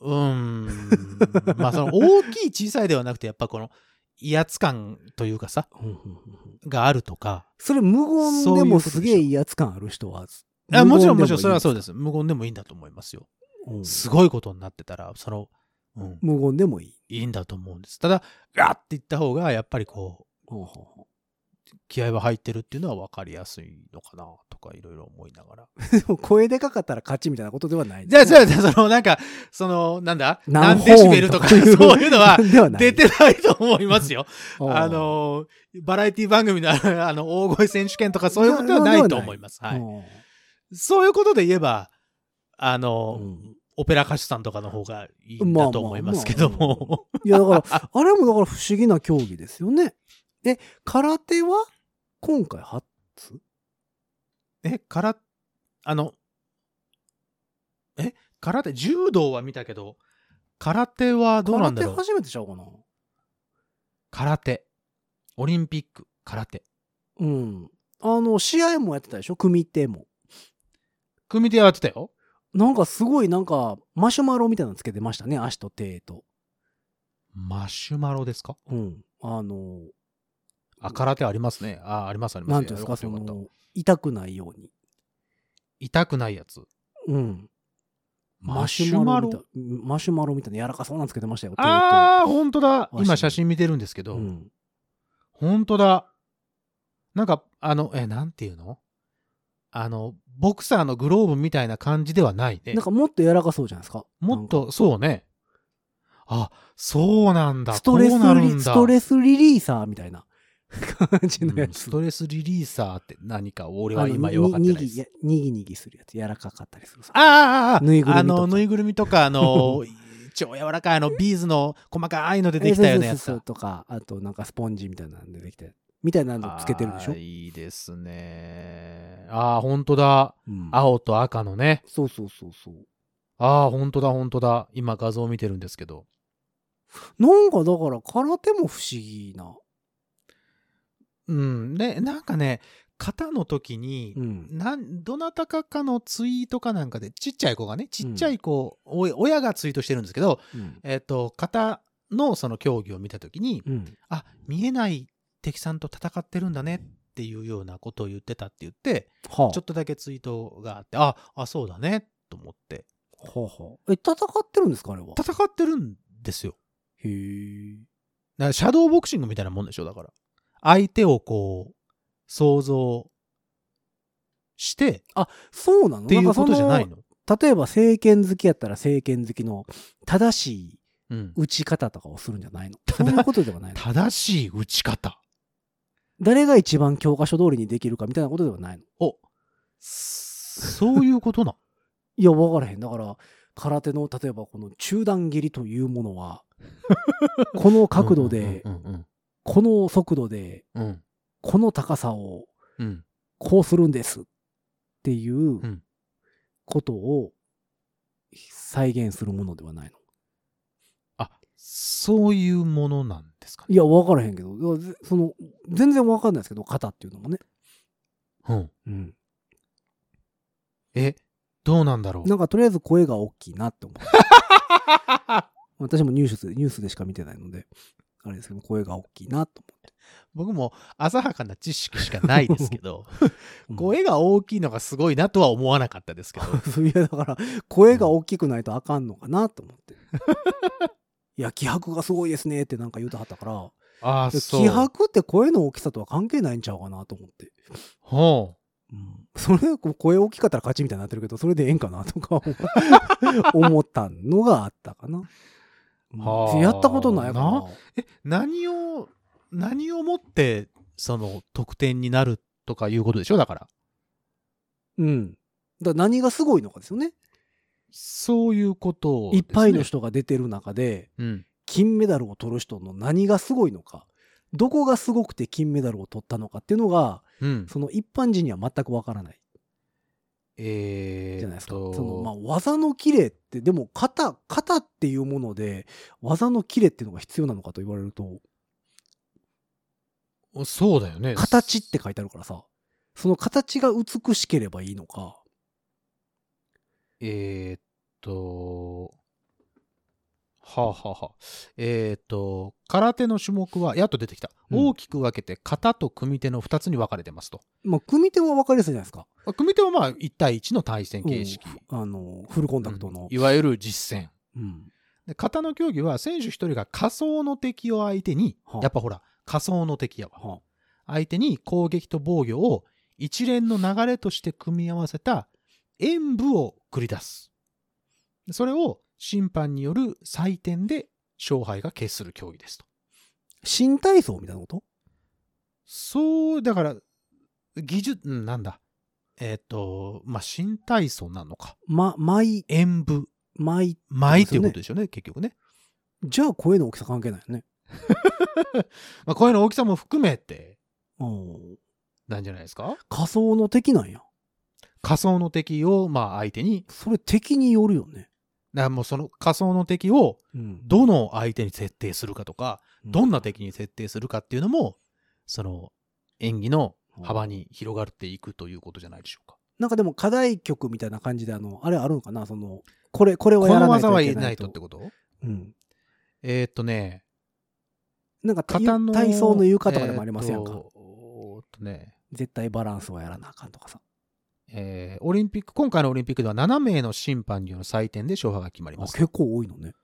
Speaker 3: うーんまあその大きい小さいではなくてやっぱこの威圧感というかさがあるとか
Speaker 2: それ無言
Speaker 3: そうい
Speaker 2: で
Speaker 3: う
Speaker 2: も
Speaker 3: ことでしょ
Speaker 2: すげえ威圧感ある人は。
Speaker 3: あもちろん
Speaker 2: 無言
Speaker 3: もちろんそれはそうですす無言でもいいんだと思いますよ
Speaker 2: うん
Speaker 3: すごいことになってたらその、うん、
Speaker 2: 無言でもいい。
Speaker 3: いいんだと思うんですただガーって言った方がやっぱりこう
Speaker 2: ほうほうほ
Speaker 3: 気合は入ってるっていうのは分かりやすいのかなとかいろいろ思いながら。
Speaker 2: うでも声でかかったら勝ちみたいなことではない。
Speaker 3: じゃあ、じゃあ、その、なんか、その、なんだ
Speaker 2: 何
Speaker 3: 何
Speaker 2: 本
Speaker 3: デシベルとか、
Speaker 2: と
Speaker 3: そう
Speaker 2: かいう (laughs)
Speaker 3: いうのは
Speaker 2: ではない
Speaker 3: 出てないと思いますよ。
Speaker 2: うん
Speaker 3: あの、バラエティ番組の (laughs) あのあの、大声選手権とかそういうことはないと思います。は
Speaker 2: う
Speaker 3: い。
Speaker 2: ん
Speaker 3: そういうことで言えば、あ
Speaker 2: う
Speaker 3: の、
Speaker 2: ん
Speaker 3: オペラ歌手さんとかの方がいいんだと思いますけど
Speaker 2: まあまあま
Speaker 3: も。
Speaker 2: いや、だから、あれもだから不思議な競技ですよね。え、空手は今回は、
Speaker 3: (laughs) え、空、あの、え、空手、柔道は見たけど、空手はどうな
Speaker 2: 空
Speaker 3: んだ
Speaker 2: 手
Speaker 3: ろう
Speaker 2: 初めてちゃうかな。
Speaker 3: 空手。オリンピック、空手。
Speaker 2: うん。あの、試合もやってたでしょ組手も。
Speaker 3: 組手やってたよ。
Speaker 2: なんかすごい、なんか、マシュマロみたいなのつけてましたね。足と手と。
Speaker 3: マシュマロですか
Speaker 2: うん。あの、
Speaker 3: あ、空手ありますね。あ、ありますあります。
Speaker 2: なんていうんですか、そ
Speaker 3: よったよった
Speaker 2: の、痛くないように。
Speaker 3: 痛くないやつ。
Speaker 2: うん。
Speaker 3: マシュマロ
Speaker 2: マシュマロみたいマシュマロみたいな柔らかそうなのつけてましたよ。手と
Speaker 3: ああ、本当だ。
Speaker 2: マシュマロ
Speaker 3: 今写真見てるんですけど、
Speaker 2: うん。
Speaker 3: 本当だ。なんか、あの、え、なんていうのあの、ボクサーのグローブみたいな感じではないね
Speaker 2: なん。かもっと柔らかそうじゃないですか。
Speaker 3: もっと、そうね。あ、そうなんだ。
Speaker 2: ストレス
Speaker 3: こうなるん
Speaker 2: リ、
Speaker 3: だ
Speaker 2: ストレスリリーサーみたいな感じのや
Speaker 3: うんス
Speaker 2: つ。
Speaker 3: トレスリリーサーって何か俺
Speaker 2: あ
Speaker 3: は
Speaker 2: の
Speaker 3: 今よくわかって
Speaker 2: に
Speaker 3: ないで
Speaker 2: にぎ
Speaker 3: す
Speaker 2: や。にぎにぎするやつ。柔らかかったりするさ。
Speaker 3: ああああああ
Speaker 2: ぬいぐるみとか
Speaker 3: あの、ぬいぐるみとか、あの、 (laughs) 超柔らかい、あの、ビーズの細かいのでできたようなやつ
Speaker 2: そうそうそう
Speaker 3: だ。
Speaker 2: とか、あとなんかスポンジみたいなのでできたやつみたいなのつけてるでし
Speaker 3: あ
Speaker 2: ょ
Speaker 3: ー。いいですね。ああ、本当だ。
Speaker 2: うん
Speaker 3: 青と赤のね。
Speaker 2: そうそうそうそう。
Speaker 3: ああ、本当だ、本当だ。今画像見てるんですけど。
Speaker 2: なんかだから空手も不思議な。
Speaker 3: うん。ね、なんかね、肩の時に、
Speaker 2: うん。
Speaker 3: なんどなたかかのツイートかなんかでちっちゃい子がねちっちゃい子、おい親がツイートしてるんですけど、
Speaker 2: うん。
Speaker 3: えっと肩のその競技を見た時に、
Speaker 2: うん。
Speaker 3: あ見えない敵さんと戦ってるんだねっていうようなことを言ってたって言って
Speaker 2: はあ。
Speaker 3: ちょっとだけツイートがあってああそうだねと思って
Speaker 2: はあはあえ、戦ってるんですかあれは。
Speaker 3: 戦ってるんですよ
Speaker 2: へえ。
Speaker 3: だからシャドーボクシングみたいなもんでしょだから相手をこう想像して
Speaker 2: そうなの
Speaker 3: っていうことじゃない
Speaker 2: んか
Speaker 3: の
Speaker 2: その例えば、聖剣好きやったら聖剣好きの正しい
Speaker 3: うん、
Speaker 2: 打ち方とかをするんじゃないのそういうことではないの
Speaker 3: 正しい打ち方
Speaker 2: 誰が一番教科書通りにできるかみたいなことではないの
Speaker 3: をそういうことな
Speaker 2: いや、わからへん。だから、空手の、例えばこの中段蹴りというもの (laughs) は、この (laughs) 角度で、
Speaker 3: うんうん
Speaker 2: この速度で、
Speaker 3: うんうん
Speaker 2: この高さを、
Speaker 3: うん
Speaker 2: こうするんですっていうんことを再現するものではないの。
Speaker 3: あそういうものなんですかね
Speaker 2: いや、わからへんけど、いやぜその、全然わかんないですけど、型っていうのもね。
Speaker 3: うん
Speaker 2: うん。
Speaker 3: えどうなんだろう
Speaker 2: なんか、とりあえず声が大きいなって (laughs) 思う。私もニュースで、ニュースでしか見てないので、あれですけど、声が大きいなと
Speaker 3: 僕も浅はかな知識しかないですけど
Speaker 2: (laughs) 思う。
Speaker 3: 声が大きいのがすごいなとは思わなかっ
Speaker 2: (laughs)
Speaker 3: たですけど
Speaker 2: うんいや、だから、声が大きくないとあかんのかなと思って。いや、気迫がすごいですねってなんか言うてはったから、
Speaker 3: ああ
Speaker 2: いや
Speaker 3: そう
Speaker 2: 気迫って声の大きさとは関係ないんちゃうかなと思って。
Speaker 3: ほ
Speaker 2: うん、それこう声大きかったら勝ちみたいになってるけど、それでええんかなとか思
Speaker 3: (laughs)
Speaker 2: 思ったのがあったかな。うん
Speaker 3: はあ
Speaker 2: やったことないかな
Speaker 3: な。うえ何を何をもってその得点になるとかいうことでしょだから
Speaker 2: うん。だから何がすごいのかですよね。
Speaker 3: そういうことを
Speaker 2: いっぱいの人が出てる中で、
Speaker 3: うん
Speaker 2: 金メダルを取る人の何がすごいのか。どこがすごくて金メダルを取ったのかっていうのが、
Speaker 3: うん。
Speaker 2: その一般人には全くわからない
Speaker 3: えー、
Speaker 2: じゃないですか。その、まあ、技のキレって、でも、型、型っていうもので、技のキレっていうのが必要なのかと言われると、
Speaker 3: そうだよね。
Speaker 2: 形って書いてあるからさ、その形が美しければいいのか、
Speaker 3: えーっと、はあ、はあはあ、えーっと、空手の種目は、やっと出てきた。
Speaker 2: うん
Speaker 3: 大きく分けて、型と組手の2つに分かれてますと。
Speaker 2: まあ、組手は分かりやすいじゃないですか。
Speaker 3: あ組手はまあ、1対1の対戦形式。
Speaker 2: あの、フルコンタクトの
Speaker 3: うん。いわゆる実戦。
Speaker 2: うん。
Speaker 3: で型の競技は、選手1人が仮想の敵を相手に
Speaker 2: はあ、
Speaker 3: やっぱほら、仮想の敵やわ。
Speaker 2: は
Speaker 3: 相手に攻撃と防御を一連の流れとして組み合わせた演武を繰り出す。それを審判による採点で勝敗が決する競技ですと。
Speaker 2: 新体操みたいなこと
Speaker 3: そう、だから、技術、うんなんだ。えっ、と、まあ、新体操なのか。
Speaker 2: ま、舞、
Speaker 3: 演武、
Speaker 2: 舞、
Speaker 3: 舞ということでしょうね、結局ね。
Speaker 2: じゃあ声の大きさ関係ないよね。
Speaker 3: まあ、声の大きさも含めて、
Speaker 2: うん。
Speaker 3: なんじゃないですか
Speaker 2: 仮想の敵なんや。
Speaker 3: 仮想の敵を、まあ、相手に、
Speaker 2: それ敵によるよね。
Speaker 3: だからもうその仮想の敵を
Speaker 2: うん。
Speaker 3: どの相手に設定するかとか、
Speaker 2: うん
Speaker 3: どんな敵に設定するかっていうのも、その演技の幅に広がっていくということじゃないでしょうか。
Speaker 2: なんかでも課題曲みたいな感じで、あの、あれあるのかなその、これ、これを
Speaker 3: こ
Speaker 2: やら
Speaker 3: の
Speaker 2: ないと
Speaker 3: 技はい言え
Speaker 2: け
Speaker 3: な
Speaker 2: ないい
Speaker 3: と
Speaker 2: と。
Speaker 3: ってこと
Speaker 2: うん。
Speaker 3: えーっとね、
Speaker 2: なんか体
Speaker 3: 型の。
Speaker 2: 体操の床とかでもありますやんか。
Speaker 3: えーっとおーっとね、
Speaker 2: 絶対バランスはやらなあかんとかさ。
Speaker 3: えーオリンピック、今回のオリンピックでは7名の審判による採点で勝敗が決まり
Speaker 2: あ
Speaker 3: ます。
Speaker 2: 結構多いのね。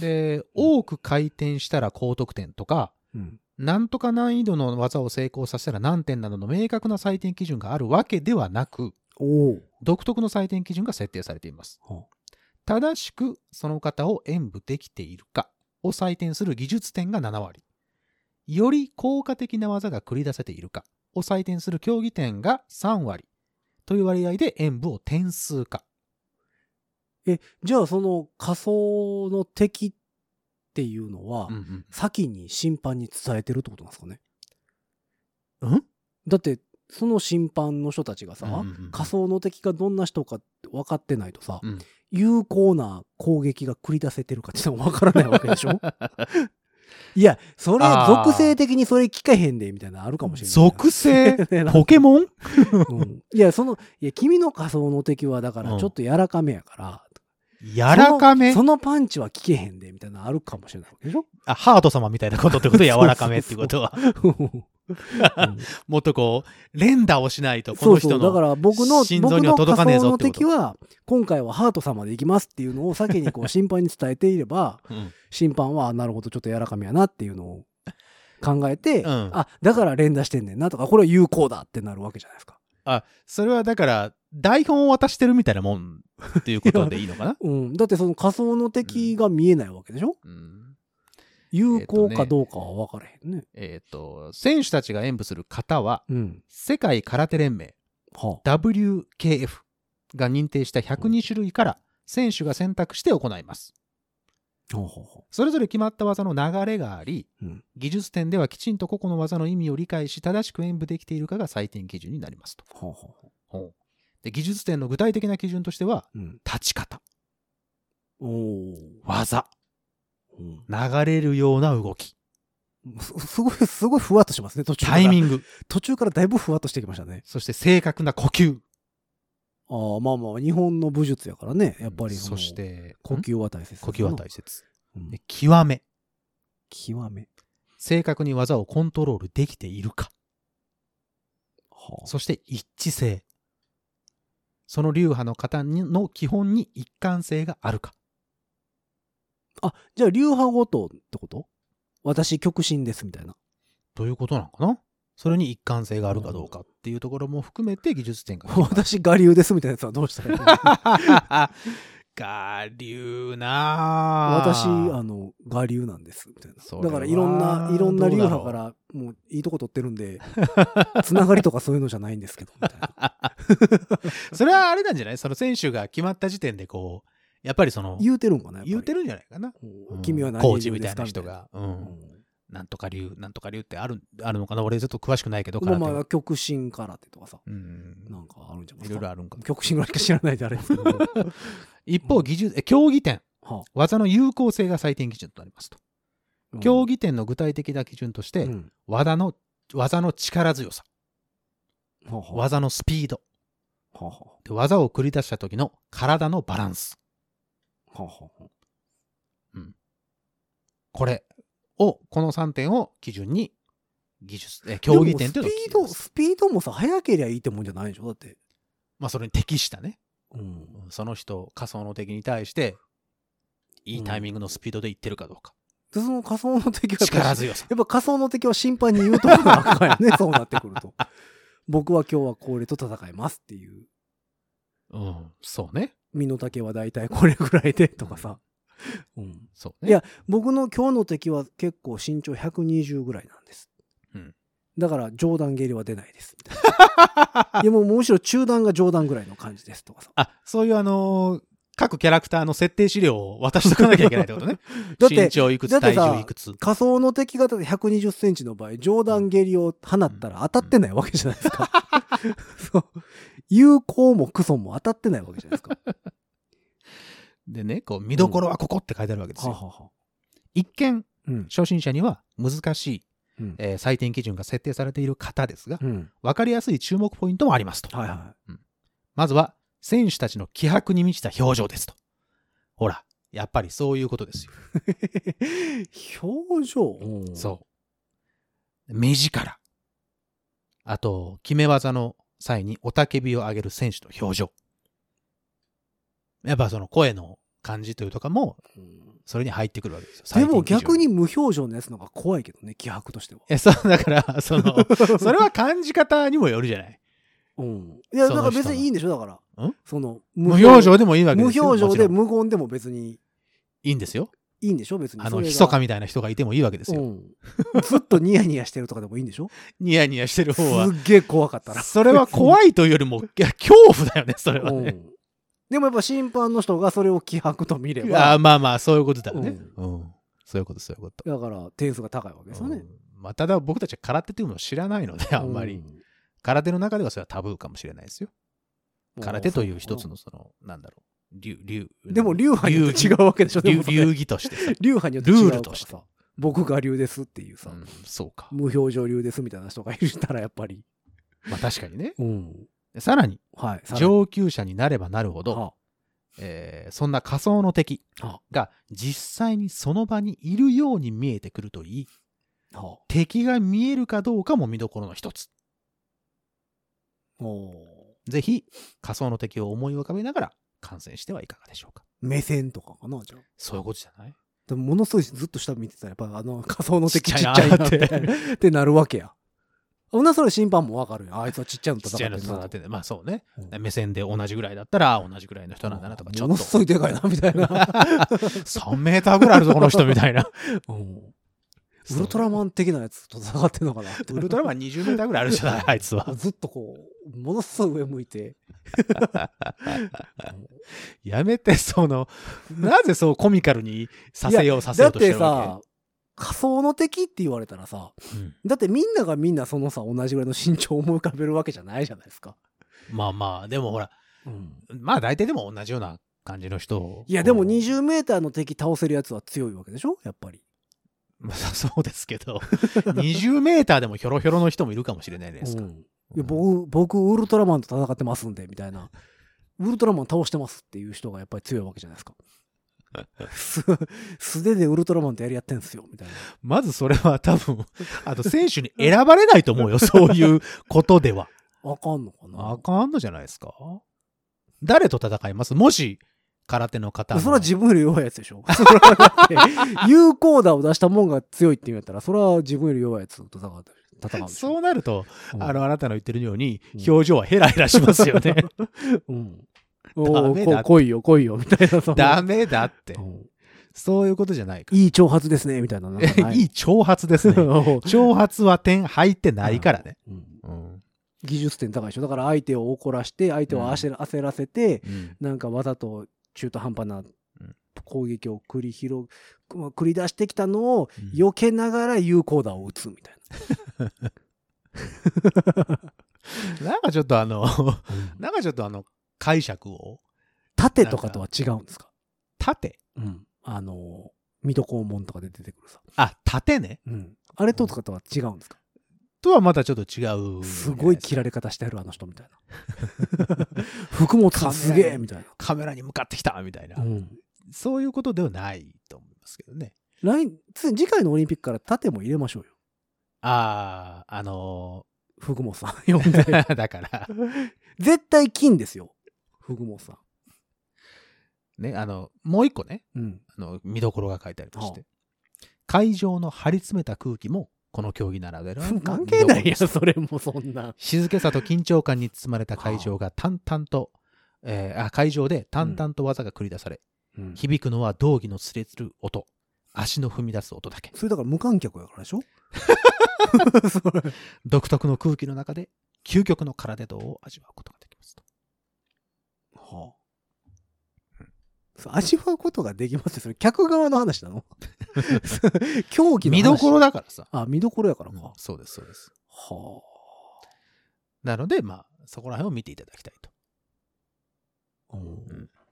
Speaker 3: で、多く回転したら高得点とか、
Speaker 2: うん。
Speaker 3: なんとか難易度の技を成功させたら何点などの明確な採点基準があるわけではなく、
Speaker 2: おお。
Speaker 3: 独特の採点基準が設定されています
Speaker 2: はあ。
Speaker 3: 正しくその方を演舞できているかを採点する技術点が7割。より効果的な技が繰り出せているかを採点する競技点が3割という割合で演舞を点数化。
Speaker 2: え、じゃあその仮想の敵っていうのは、
Speaker 3: ん
Speaker 2: 先に審判に伝えてるってことなんですかね。
Speaker 3: うん。うん
Speaker 2: だって、その審判の人たちがさ、
Speaker 3: うんうんうん
Speaker 2: 仮想の敵がどんな人かって分かってないとさ、
Speaker 3: うん
Speaker 2: 有効な攻撃が繰り出せてるかっていうのは分からないわけでし
Speaker 3: (laughs)
Speaker 2: ょいや、それ、
Speaker 3: あー
Speaker 2: 属性的にそれ聞かへんで、みたいなのあるかもしれない。
Speaker 3: 属
Speaker 2: (laughs)
Speaker 3: 性 (laughs)
Speaker 2: ねなんか
Speaker 3: ポケモン
Speaker 2: うんいや、その、いや、君の仮想の敵は、だか
Speaker 3: う
Speaker 2: ら、
Speaker 3: ん
Speaker 2: ちょっと柔らかめやから、
Speaker 3: やらかめ
Speaker 2: そのそのパンチは効けへんで、みたいなのあるかもしれないわけでし
Speaker 3: (laughs)
Speaker 2: ょ
Speaker 3: あ、ハート様みたいなことってこと柔らかめっていうことは。
Speaker 2: うん
Speaker 3: (laughs) もっとこう、連打をしないと、こ
Speaker 2: そ
Speaker 3: の
Speaker 2: うそ
Speaker 3: 人
Speaker 2: う。だか
Speaker 3: の。
Speaker 2: ら僕の、
Speaker 3: 心臓
Speaker 2: 僕
Speaker 3: には
Speaker 2: の
Speaker 3: 届かね
Speaker 2: 仮想
Speaker 3: えぞっ
Speaker 2: の
Speaker 3: てこと
Speaker 2: 敵は、今回はハート様で行きますっていうのを先にこ
Speaker 3: (laughs)
Speaker 2: う審判に伝えていれば、
Speaker 3: うん
Speaker 2: 審判は、あなるほど、ちょっと柔らかめやなっていうのを考えて、
Speaker 3: うん
Speaker 2: あ、だから連打してんねんなとか、これは有効だってなるわけじゃないですか。
Speaker 3: あ、それはだから、台本を渡してるみたいなもんっていうことでいいのか
Speaker 2: (laughs)
Speaker 3: な
Speaker 2: うん。だってその仮想の敵が見えないわけでしょ、
Speaker 3: うん。
Speaker 2: 有効かどうかは分からへんね。
Speaker 3: えっ、と、選手たちが演舞する方は、
Speaker 2: うん。
Speaker 3: 世界空手連盟
Speaker 2: は
Speaker 3: WKF が認定した102種類から選手が選択して行います。
Speaker 2: あ。はあはあはあ
Speaker 3: それぞれ決まった技の流れがあり、
Speaker 2: うん
Speaker 3: 技術点ではきちんと個々の技の意味を理解し、正しく演舞できているかが採点基準になりますと。
Speaker 2: はあはあはあ
Speaker 3: で技術点の具体的な基準としては、
Speaker 2: うん。
Speaker 3: 立ち方、
Speaker 2: おお。
Speaker 3: 技、
Speaker 2: うん
Speaker 3: 流れるような動き、
Speaker 2: す (laughs) すごい、すごいふわっとしますね、途中から。
Speaker 3: タイミング、
Speaker 2: 途中からだいぶふわっとしてきましたね。
Speaker 3: そして正確な呼吸。
Speaker 2: ああまあまあ日本の武術やからねやっぱり
Speaker 3: そ
Speaker 2: の
Speaker 3: して、
Speaker 2: 呼吸は大切
Speaker 3: 呼吸は大切。
Speaker 2: うん
Speaker 3: で極め。
Speaker 2: 極め
Speaker 3: 正確に技をコントロールできているか。
Speaker 2: は
Speaker 3: そして一致性。その流派の型の基本に一貫性があるか。
Speaker 2: ああじゃあ流派ごとってこと私極真ですみたいな (laughs)
Speaker 3: ということなのかなそれに一貫性があるかどうかっていうところも含めて技
Speaker 2: (laughs)
Speaker 3: 術 (laughs) 点が。
Speaker 2: 私我流ですみたいなやつはどうしたらいいの
Speaker 3: (laughs) 我流な
Speaker 2: 私
Speaker 3: ぁ
Speaker 2: あの我流なんですみたい
Speaker 3: そ
Speaker 2: な
Speaker 3: れは
Speaker 2: だからいろんないろんな流派からもういいとこ取ってるん
Speaker 3: (laughs)
Speaker 2: でつながりとかそういうのじゃないんですけどみたいな
Speaker 3: (laughs) それはあれなんじゃないその選手が決まった時点でこう、やっぱりその、
Speaker 2: 言うてるんかなやっぱり
Speaker 3: 言うてるんじゃないかな。
Speaker 2: うん君は何
Speaker 3: コー
Speaker 2: 流
Speaker 3: チ
Speaker 2: で
Speaker 3: みた
Speaker 2: す
Speaker 3: い
Speaker 2: か
Speaker 3: な人が。う
Speaker 2: みたい
Speaker 3: ん
Speaker 2: なうん
Speaker 3: なんとか流、なんとか流ってあるあるのかな俺ちょっと詳しくないけど、
Speaker 2: まあ
Speaker 3: 空手
Speaker 2: まあ
Speaker 3: は
Speaker 2: 極真空手とかさ
Speaker 3: う。
Speaker 2: なんんかあるんじゃないで
Speaker 3: いろ
Speaker 2: す
Speaker 3: いろ
Speaker 2: か
Speaker 3: あるんかな。
Speaker 2: 極真ぐらいしか知らないであれ
Speaker 3: (laughs)
Speaker 2: ですけどは
Speaker 3: 一方、技術、え競技点。
Speaker 2: あ
Speaker 3: 技の有効性が採点基準となりますと。
Speaker 2: うん
Speaker 3: 競技点の具体的な基準として、
Speaker 2: うん
Speaker 3: 技の、技の力強さ、
Speaker 2: はあはあは
Speaker 3: 技のスピード、
Speaker 2: あは
Speaker 3: で技を繰り出した時の体のバランス。
Speaker 2: あはあは
Speaker 3: これを、この3点を基準に、技術、え
Speaker 2: あ
Speaker 3: 競技点というの
Speaker 2: で
Speaker 3: を
Speaker 2: もスピード
Speaker 3: 基準にします
Speaker 2: スピードもさ速けりゃいいってもんじゃないでしょだって
Speaker 3: まあ、それに適したね。
Speaker 2: うん
Speaker 3: うんその人、仮想の敵に対して、いいタイミングのスピードでいってるかどうか。
Speaker 2: でその仮想の敵はやっぱり
Speaker 3: 力強さ。
Speaker 2: やっぱ仮想の敵は審判に言うとこがあかんよね
Speaker 3: (laughs)
Speaker 2: そうなってくると僕は今日はこれと戦いますっていう
Speaker 3: うん、そうね。
Speaker 2: 身の丈は大体これぐらいでとかさ、うん、
Speaker 3: そうね。
Speaker 2: いや僕の今日の敵は結構身長120ぐらいなんです、
Speaker 3: うん
Speaker 2: だから上段蹴りは出ない
Speaker 3: (laughs)
Speaker 2: ですみたいないやもうむしろ中段が上段ぐらいの感じですとかさ
Speaker 3: あ、そういうあのー各キャラクターの設定資料を渡しとかなきゃいけないってこと (laughs) ね。
Speaker 2: だって
Speaker 3: 身長いく
Speaker 2: だ
Speaker 3: つ、
Speaker 2: って
Speaker 3: 体
Speaker 2: さ
Speaker 3: 重いくつ。
Speaker 2: 仮想の敵が1 2 0センチの場合上段蹴りを放ったら当たってないわけじゃないですか、 (laughs) そう有効もクソも当たってないわけじゃないです
Speaker 3: (laughs)
Speaker 2: か
Speaker 3: でね、こう、見どころはここって書いてあるわけです
Speaker 2: は
Speaker 3: よ。
Speaker 2: はは
Speaker 3: 一見、
Speaker 2: うん
Speaker 3: 初心者には難しい、
Speaker 2: うん
Speaker 3: えー採点基準が設定されている方ですが、
Speaker 2: うん
Speaker 3: わかりやすい注目ポイントもありますと。
Speaker 2: はいは
Speaker 3: まずは、選手たちの気迫に満ちた表情ですと。ほら、やっぱりそういうことですよ。
Speaker 2: い (laughs) 表情
Speaker 3: そう。目力。あと、決め技の際に雄たけびを上げる選手の表情。やっぱその声の感じというとかも、
Speaker 2: うん、
Speaker 3: それに入ってくるわけですよ。
Speaker 2: でも
Speaker 3: 採点基準
Speaker 2: 逆。に無表情のやつの方が怖いけどね気迫としては
Speaker 3: え、そう、だから、そ
Speaker 2: (laughs)
Speaker 3: の、 (laughs) それは感じ方にもよるじゃない。
Speaker 2: うん、いや
Speaker 3: そ
Speaker 2: だから
Speaker 3: の人の
Speaker 2: 別にいいんでしょだから
Speaker 3: ん
Speaker 2: その
Speaker 3: 無表情でもいいわけ
Speaker 2: 無
Speaker 3: ですよ。
Speaker 2: 表情
Speaker 3: もちろ
Speaker 2: で
Speaker 3: ん
Speaker 2: 無言でも別に
Speaker 3: いいんですよ。
Speaker 2: いいんでしょ別に
Speaker 3: あ
Speaker 2: そ
Speaker 3: の、
Speaker 2: れが
Speaker 3: ひそかみたいな人がいてもいいわけですよ。
Speaker 2: うんずっとニヤニヤしてるとかでもいいんでしょ
Speaker 3: ニヤニヤしてる
Speaker 2: す
Speaker 3: 方は。
Speaker 2: っげえ怖かったら
Speaker 3: それは怖いというよりも、いや恐怖だよね、それは
Speaker 2: う
Speaker 3: ね。
Speaker 2: んでもやっぱ審判の人がそれを気迫と見れ
Speaker 3: あ
Speaker 2: ば
Speaker 3: ーまあまあ、そういうことだよね。うん。そういうこと、そういうこと。
Speaker 2: だから点数が高いわけですよね
Speaker 3: うんまあ、ただ僕たちは空手というものを知らないので、あんまり。空手の中ではそれはタブーかもしれないですよ。
Speaker 2: うん
Speaker 3: 空手という一つのその、なんだろう、流、流。
Speaker 2: でも流派によって違
Speaker 3: 流
Speaker 2: うわけでしょで
Speaker 3: 流
Speaker 2: もそれ
Speaker 3: 流儀とし
Speaker 2: (laughs)
Speaker 3: てさ
Speaker 2: 流派によって違う
Speaker 3: ルール
Speaker 2: か
Speaker 3: と
Speaker 2: ら
Speaker 3: して
Speaker 2: さ僕が流ですっていうさ、
Speaker 3: うんそうか。
Speaker 2: 無表情流ですみたいな人がいたらやっぱり
Speaker 3: まあ確かにね。
Speaker 2: うん
Speaker 3: さらに、
Speaker 2: はいさらに
Speaker 3: 上級者になればなるほど、
Speaker 2: は
Speaker 3: えーそんな仮想の敵
Speaker 2: は
Speaker 3: が実際にその場にいるように見えてくるといい、
Speaker 2: あはあ
Speaker 3: 敵が見えるかどうかも見どころの一つ。
Speaker 2: お
Speaker 3: ぜひ、仮想の敵を思い浮かべながら観戦してはいかがでしょうか。
Speaker 2: 目線とかかなじゃあ
Speaker 3: そういうことじゃない
Speaker 2: でもものすごいずっと下見てたらやっぱあの仮想の敵ち
Speaker 3: ち
Speaker 2: っ
Speaker 3: っ
Speaker 2: ち
Speaker 3: ち
Speaker 2: ゃ
Speaker 3: ゃ
Speaker 2: い
Speaker 3: い
Speaker 2: な
Speaker 3: な
Speaker 2: っ
Speaker 3: ってて
Speaker 2: ってなるわけやほんならそれ審判もわかるよあいつはちっちゃいの
Speaker 3: ちっ
Speaker 2: 戦っ
Speaker 3: ち
Speaker 2: て
Speaker 3: ゃ
Speaker 2: る
Speaker 3: いのと戦ってね。まあそうね。
Speaker 2: うん
Speaker 3: 目線で同じぐらいだったら、同じぐらいの人なんだなとか、ちょ
Speaker 2: も
Speaker 3: っ
Speaker 2: のすご
Speaker 3: と。 (laughs)
Speaker 2: いでかいなみたいな、
Speaker 3: 3メーターぐらいあるぞ、この人みたいな。
Speaker 2: うん (laughs) ウルトラマン的なやつと戦ってんのかな
Speaker 3: ウルトラマン20メーターぐらいあるじゃない、あいつは。
Speaker 2: ずっとこうものすごい上向いて
Speaker 3: やめて、その、なぜそうコミカルにさせようさせ
Speaker 2: だ
Speaker 3: よ
Speaker 2: っ
Speaker 3: うとして
Speaker 2: て
Speaker 3: る
Speaker 2: さ
Speaker 3: わ
Speaker 2: 仮想の敵って言われたらさ
Speaker 3: け。うん
Speaker 2: だってみんながみんなそのさ同じぐらいの身長を思い浮かべるわけじゃないじゃないですか、
Speaker 3: まあまあ、でもほら、まあ大体でも同じような感じの人を
Speaker 2: いやでも2 0ーの敵倒せるやつは強いわけでしょやっぱり
Speaker 3: まあ (laughs) そうですけど、20メーターでもひょろひょろの人もいるかもしれないですか
Speaker 2: う
Speaker 3: ら。
Speaker 2: んいや僕僕ウルトラマンと戦ってますんでみたいなウルトラマン倒してますっていう人がやっぱり強いわけじゃないです
Speaker 3: (laughs)
Speaker 2: かす素手でウルトラマンとやり合ってんすよみたいな
Speaker 3: まずそれは多 (laughs) 分、あと選手に選ばれないと思うよ、そういうことでは。
Speaker 2: あかんのかな
Speaker 3: あかんのじゃないですか誰と戦いますもし、空手の方の。
Speaker 2: それは自分より弱いやつでしょ。 (laughs) それはだって有効打を出したもんが強いって言うんやったら、それは自分より弱いやつと戦う戦うでしょ
Speaker 3: そうなると、
Speaker 2: うん
Speaker 3: あの、あなたの言ってるように
Speaker 2: うん、
Speaker 3: 表情はヘラヘラします (laughs) よね。
Speaker 2: うん。お
Speaker 3: ダメ
Speaker 2: ー
Speaker 3: だ
Speaker 2: こ来いよ来いよみたいな。その
Speaker 3: ダメだって
Speaker 2: う。ん
Speaker 3: そういうことじゃないか
Speaker 2: いい挑発ですねみたいななんかな。
Speaker 3: ら。 (laughs) いい挑発で
Speaker 2: (laughs)
Speaker 3: すね。
Speaker 2: 挑
Speaker 3: 挑発は点入ってないからね。。
Speaker 2: うん
Speaker 3: うん。
Speaker 2: 技術点高いでしょ。だから相手を怒らして、相手を焦ら焦らせて、なんかわざと中途半端な攻撃を繰り広げ、まあ繰り出してきたのを
Speaker 3: うん
Speaker 2: 避けながら有効打を打つみたい
Speaker 3: なんかちょっとあの、 (laughs)
Speaker 2: な。
Speaker 3: なんかちょっとあの、解釈を、
Speaker 2: 縦とかとは違うんですか
Speaker 3: 縦
Speaker 2: うん。あの、水戸黄門とかで出てくるさ。
Speaker 3: あ、縦ね。
Speaker 2: うん。あれととかとは違うんですか
Speaker 3: とはまたちょっと違う。
Speaker 2: すごい切られ方してるあの人みたい
Speaker 3: (laughs)
Speaker 2: な。服もすげえみたい
Speaker 3: カメラに向かってきたみたいな、
Speaker 2: な。うん。
Speaker 3: そういうことではないと思いますけどね。
Speaker 2: 来つ次回のオリンピックから縦も入れましょうよ。
Speaker 3: ああ、あの
Speaker 2: 福本さん呼んで。
Speaker 3: ー (laughs) だから、
Speaker 2: 絶対金ですよ。福本さ
Speaker 3: ね、あの、もう一個ね、
Speaker 2: ん。うん。
Speaker 3: あの見どころが書いてありまし
Speaker 2: は
Speaker 3: て、会場の張り詰めた空気も、この競技ならではの
Speaker 2: 関係ない
Speaker 3: 見どころで
Speaker 2: や
Speaker 3: す
Speaker 2: ん、それもそんな。
Speaker 3: 静けさと緊張感に包まれた会場が淡々と、えーあ会場で淡々と技が繰り出され、
Speaker 2: うん
Speaker 3: 響くのは道着のすれつる音足の踏み出す音だけ
Speaker 2: それだから無観客やからでしょそれ
Speaker 3: 独特の空気の中で究極の空手道を味わうことができますと
Speaker 2: はあ。そう味わうことができますよ。それ客側の話な (laughs) の競技の話
Speaker 3: 見どころ。だからさ、
Speaker 2: あ、見どころやからか。
Speaker 3: うん
Speaker 2: は
Speaker 3: そうですそうです
Speaker 2: あ。
Speaker 3: なのでまあそこら辺を見ていただきたいと
Speaker 2: うん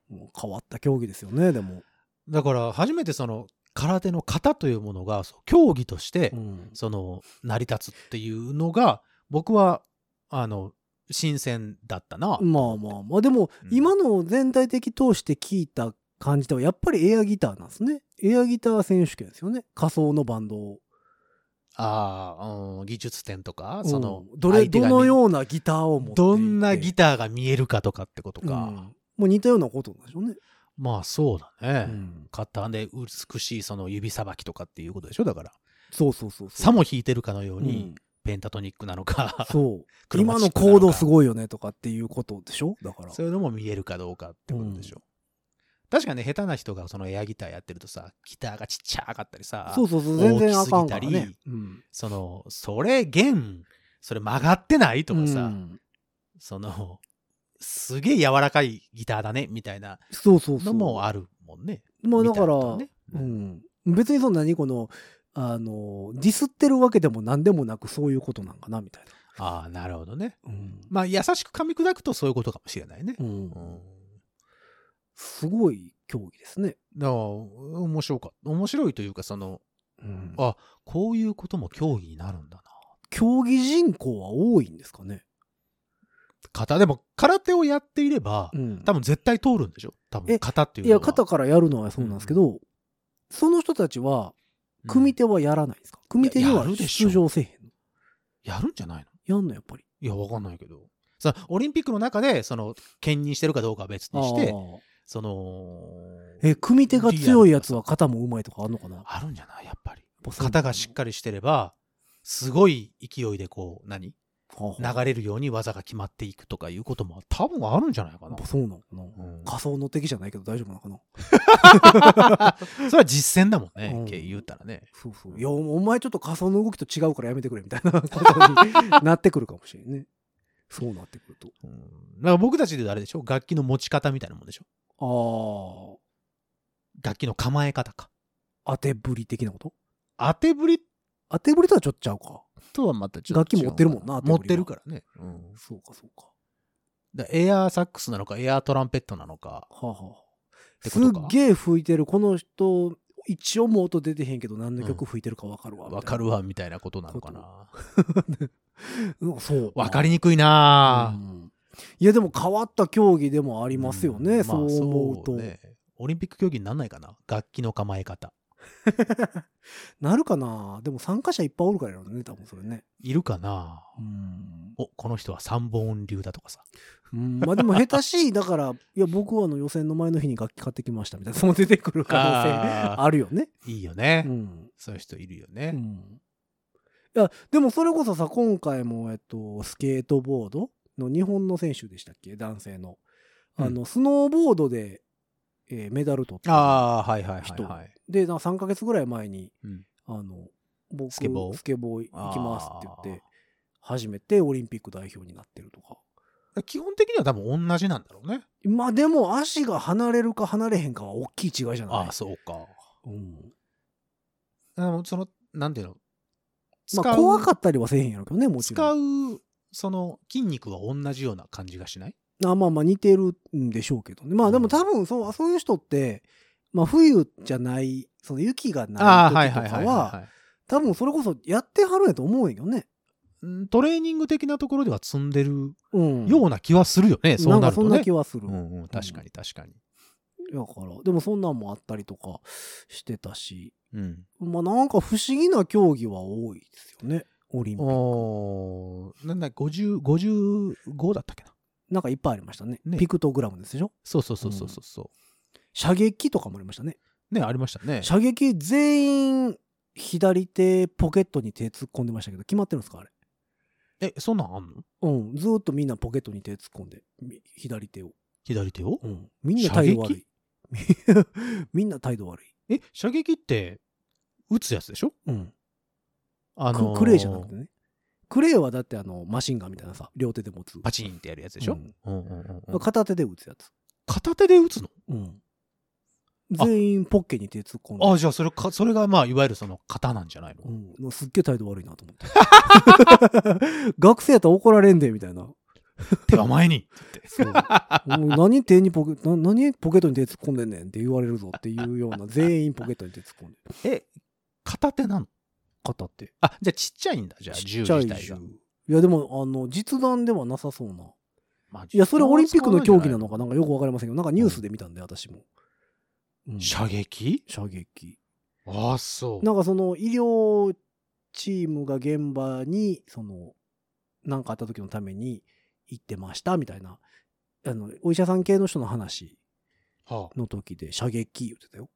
Speaker 2: もう変わった競技ですよね、でも。
Speaker 3: だから初めてその空手の型というものがそう競技として、
Speaker 2: ん
Speaker 3: その成り立つっていうのが僕はあの新鮮だったな、
Speaker 2: まあまあまあ、でも、
Speaker 3: うん
Speaker 2: 今の全体的通して聞いた感じでは、やっぱりエアギターなんですね。エアギター選手権ですよね。仮想のバンドを。
Speaker 3: ああ、うん、技術点とか、その
Speaker 2: うんどれ、
Speaker 3: 相手
Speaker 2: ど
Speaker 3: が
Speaker 2: のようなギターを持っていて
Speaker 3: どんなギターが見えるかとかってことか、
Speaker 2: うんもう似たようなことなんでしょうね。
Speaker 3: まあそうだね、
Speaker 2: うん
Speaker 3: 型で美しいその指さばきとかっていうことでしょだから
Speaker 2: そうそうそうそう。
Speaker 3: さも弾いてるかのよう
Speaker 2: うん
Speaker 3: に、ペンタトニックなの (laughs) か
Speaker 2: そう。
Speaker 3: クロ
Speaker 2: 今
Speaker 3: マチ
Speaker 2: の
Speaker 3: ックな
Speaker 2: コードす
Speaker 3: い
Speaker 2: ごいよねとかっていうことでしょだから。
Speaker 3: そういうのも見えるかどうかってことでしょ、確かね下手な人がそのエアギターやってるとさギターがちっちゃかったりさ
Speaker 2: そうそうそう、全然あかんから
Speaker 3: 大きすぎた
Speaker 2: ね
Speaker 3: り。
Speaker 2: うん
Speaker 3: そのそれ弦それ曲がってないとかさ、
Speaker 2: うん
Speaker 3: そのすげえ柔らかいギターだねみたいな
Speaker 2: そうそうそ
Speaker 3: の
Speaker 2: う。
Speaker 3: もあるもんね。
Speaker 2: まあだから
Speaker 3: 見たことはね
Speaker 2: う
Speaker 3: うん
Speaker 2: ん、別にそんなにこのあのディスってるわけでも何でもなくそういうことなんかなみたい
Speaker 3: ああなるほどね。
Speaker 2: な、うん
Speaker 3: まあ優しく噛み砕くとそういうことかもしれないね。
Speaker 2: うん
Speaker 3: うん
Speaker 2: すごい競技ですね、
Speaker 3: だから面白かった面白いというかその
Speaker 2: うん
Speaker 3: あこういうことも競技になるんだな。
Speaker 2: 競技人口は多いんですかね、
Speaker 3: 型でも空手をやっていれば、
Speaker 2: うん
Speaker 3: 多分絶対通るんでしょ多分
Speaker 2: え
Speaker 3: 型っていう
Speaker 2: い
Speaker 3: のは
Speaker 2: や肩からやるのはそうなんですけど、その人たちは
Speaker 3: うん
Speaker 2: 組手はやらないんですか、組手に
Speaker 3: いや
Speaker 2: は
Speaker 3: やるでし
Speaker 2: 出
Speaker 3: ょ
Speaker 2: 場せえへん
Speaker 3: やるんじゃない
Speaker 2: の
Speaker 3: の
Speaker 2: やんのやっぱり
Speaker 3: いやわかんないけどさオリンピックの中でその兼任してるかどうかは別にし
Speaker 2: あ
Speaker 3: て
Speaker 2: ー
Speaker 3: その
Speaker 2: え組手が強いやつは肩もうまいとかあんのかな
Speaker 3: あるんじゃないやっぱり
Speaker 2: やっぱそう
Speaker 3: 肩がしっかりしてればすごい勢いでこう何
Speaker 2: はあはあ
Speaker 3: 流れるように技が決まっていくとかいうことも多分あるんじゃないか
Speaker 2: や
Speaker 3: (laughs) な
Speaker 2: っぱ、そうなのかな、
Speaker 3: うん
Speaker 2: 仮想の敵じゃないけど大丈夫なのかな
Speaker 3: それは実践だもんね、
Speaker 2: うん
Speaker 3: け言うたらね
Speaker 2: そうそう。いや、おお前ちょっと仮想の動きと違うからやめてくれみたい (laughs) なことになってくるかもしれんね。そうなってくると。
Speaker 3: うんだから僕たちで言うとあれでしょ楽器の持ち方みたいなもんでしょ
Speaker 2: あ
Speaker 3: 楽器の構え方か
Speaker 2: あ、当てぶり的なこと
Speaker 3: 当てぶり
Speaker 2: 当てぶりとはちょっとちゃうか。
Speaker 3: とはまたち
Speaker 2: 楽器持ってるもんな
Speaker 3: 持
Speaker 2: 当
Speaker 3: っ
Speaker 2: ぶりは
Speaker 3: ててるからね、うん
Speaker 2: そうか、そうか。
Speaker 3: だからエアーサックスなのかエアートランペットなのか
Speaker 2: はあ、はあ、
Speaker 3: て
Speaker 2: す
Speaker 3: こ
Speaker 2: っ
Speaker 3: とか
Speaker 2: げえ吹いてる。この人、一応もう音出てへんけど何の曲吹いてるかわかるわ。
Speaker 3: わかるわみたいなことなのかな
Speaker 2: みたいな。うんそう。
Speaker 3: わかりにくいなあ、
Speaker 2: うんいや、でも変わった競技でもありますよね。
Speaker 3: んまあ
Speaker 2: そう思うと。
Speaker 3: そねオリンピック競技になんないかな楽器の構え方。
Speaker 2: (laughs) なるかなでも参加者いっぱいおるからやろうね、多分それね。
Speaker 3: いるかな
Speaker 2: うん。
Speaker 3: お、この人は三本流だとかさ。
Speaker 2: うんまあでも下手しい、だ (laughs) から、いや、僕はあの予選の前の日に楽器買ってきましたみたいな、その出てくる可能性
Speaker 3: あ
Speaker 2: あるよね。
Speaker 3: ーいいよね、
Speaker 2: うん。
Speaker 3: そういう人いるよ
Speaker 2: う
Speaker 3: ね。
Speaker 2: ん。いや、でもそれこそさ、今回も、えっと、スケートボードの日本の選手でしたっけ男性の。あの、スノーボードで、えーメダル取った。
Speaker 3: ああ、はいはいはい、
Speaker 2: 人
Speaker 3: はい。
Speaker 2: で、なんか3ヶ月ぐらい前に、
Speaker 3: うん
Speaker 2: あの、僕、
Speaker 3: スケボー
Speaker 2: スケボー行きますって言っ
Speaker 3: あー
Speaker 2: て、初めてオリンピック代表になってるとか。
Speaker 3: 基本的には多分同じなんだろうね。
Speaker 2: まあでも足が離れるか離れへんかは大きい違いじゃない
Speaker 3: ああ、そうか。
Speaker 2: うん
Speaker 3: あのその、なんていうの。
Speaker 2: まあ怖か
Speaker 3: っ
Speaker 2: ったりはせえへんやろうけどねもちろ
Speaker 3: 使
Speaker 2: ん
Speaker 3: う、その筋肉は同じような感じがしない
Speaker 2: あまあまあ似てるんでしょうけどねまあでも多分そうそういう人って、まあ、冬じゃないその雪がない時とかは多分それこそやってはるんやと思うんやけどね。
Speaker 3: いうん。トレーニング的なところでは積んでる
Speaker 2: うん、
Speaker 3: ような気はするよね、そう
Speaker 2: な
Speaker 3: な
Speaker 2: んか
Speaker 3: ると
Speaker 2: そ
Speaker 3: ね。
Speaker 2: んな気はする。
Speaker 3: うんうん、確かに確かに。
Speaker 2: だからでもそんなんもあったりとかしてたし
Speaker 3: うん。
Speaker 2: まあなんか不思議な競技は多いですよねオリンピック。
Speaker 3: おーなんだ、50、55だったっけな。
Speaker 2: なんかいっぱいありましたね。
Speaker 3: ね
Speaker 2: ピクトグラムですでしょ
Speaker 3: そうそうそうそうそうそ
Speaker 2: 射撃とかもありましたね。
Speaker 3: う。ね、ありましたね。
Speaker 2: 射撃全員左手ポケットに手突っ込んでましたけど、決まってるんですかあれ。
Speaker 3: え、そんなんあんの
Speaker 2: うん。ずーっとみんなポケットに手突っ込んで、み左手を。
Speaker 3: 左手を
Speaker 2: うん。みんな態度悪い。 (laughs) みんな態度悪い。
Speaker 3: え、射撃って、撃つやつでしょ
Speaker 2: うん。
Speaker 3: あ
Speaker 2: ク
Speaker 3: のー
Speaker 2: クレーじゃなくてね。クレーはだってあの、マシンガンみたいなさ、両手で持つ。
Speaker 3: パチンってやるやつでしょ、
Speaker 2: うん
Speaker 3: うんうんうんうん
Speaker 2: 片手で打つやつ。
Speaker 3: 片手で撃つの
Speaker 2: うん。
Speaker 3: あ
Speaker 2: 全員ポッケに手突っ込んで。
Speaker 3: ああ、じゃあそれか、それがまあ、いわゆるその型なんじゃないの、
Speaker 2: うん、すっげえ態度悪いなと思って。 (laughs) 学生やったら怒られんで、みたいな。
Speaker 3: 手は前にって
Speaker 2: そうもう何手にポケな何ポケットに手突っ込んでんねんって言われるぞっていうような、全員ポケットに手突っ込んでる
Speaker 3: (laughs) え、片手なの
Speaker 2: 方って。
Speaker 3: あ、じゃあちっちゃいんだ、じゃあ
Speaker 2: ち
Speaker 3: 銃
Speaker 2: っちゃい
Speaker 3: 自体
Speaker 2: 銃
Speaker 3: が。
Speaker 2: いや、でも、あの、実弾ではなさそうな。
Speaker 3: まあ
Speaker 2: いや、それオリンピックの競技なの
Speaker 3: か。
Speaker 2: かなんかよくわかりませんけど、なんかニュースで見たんで、私も。うん
Speaker 3: 射撃
Speaker 2: 射撃。
Speaker 3: ああ、そう。
Speaker 2: なんかその医療チームが現場にその何かあった時のために行ってましたみたいなあのお医者さん系の人の話
Speaker 3: はあ、
Speaker 2: の時で射撃言ってたよ、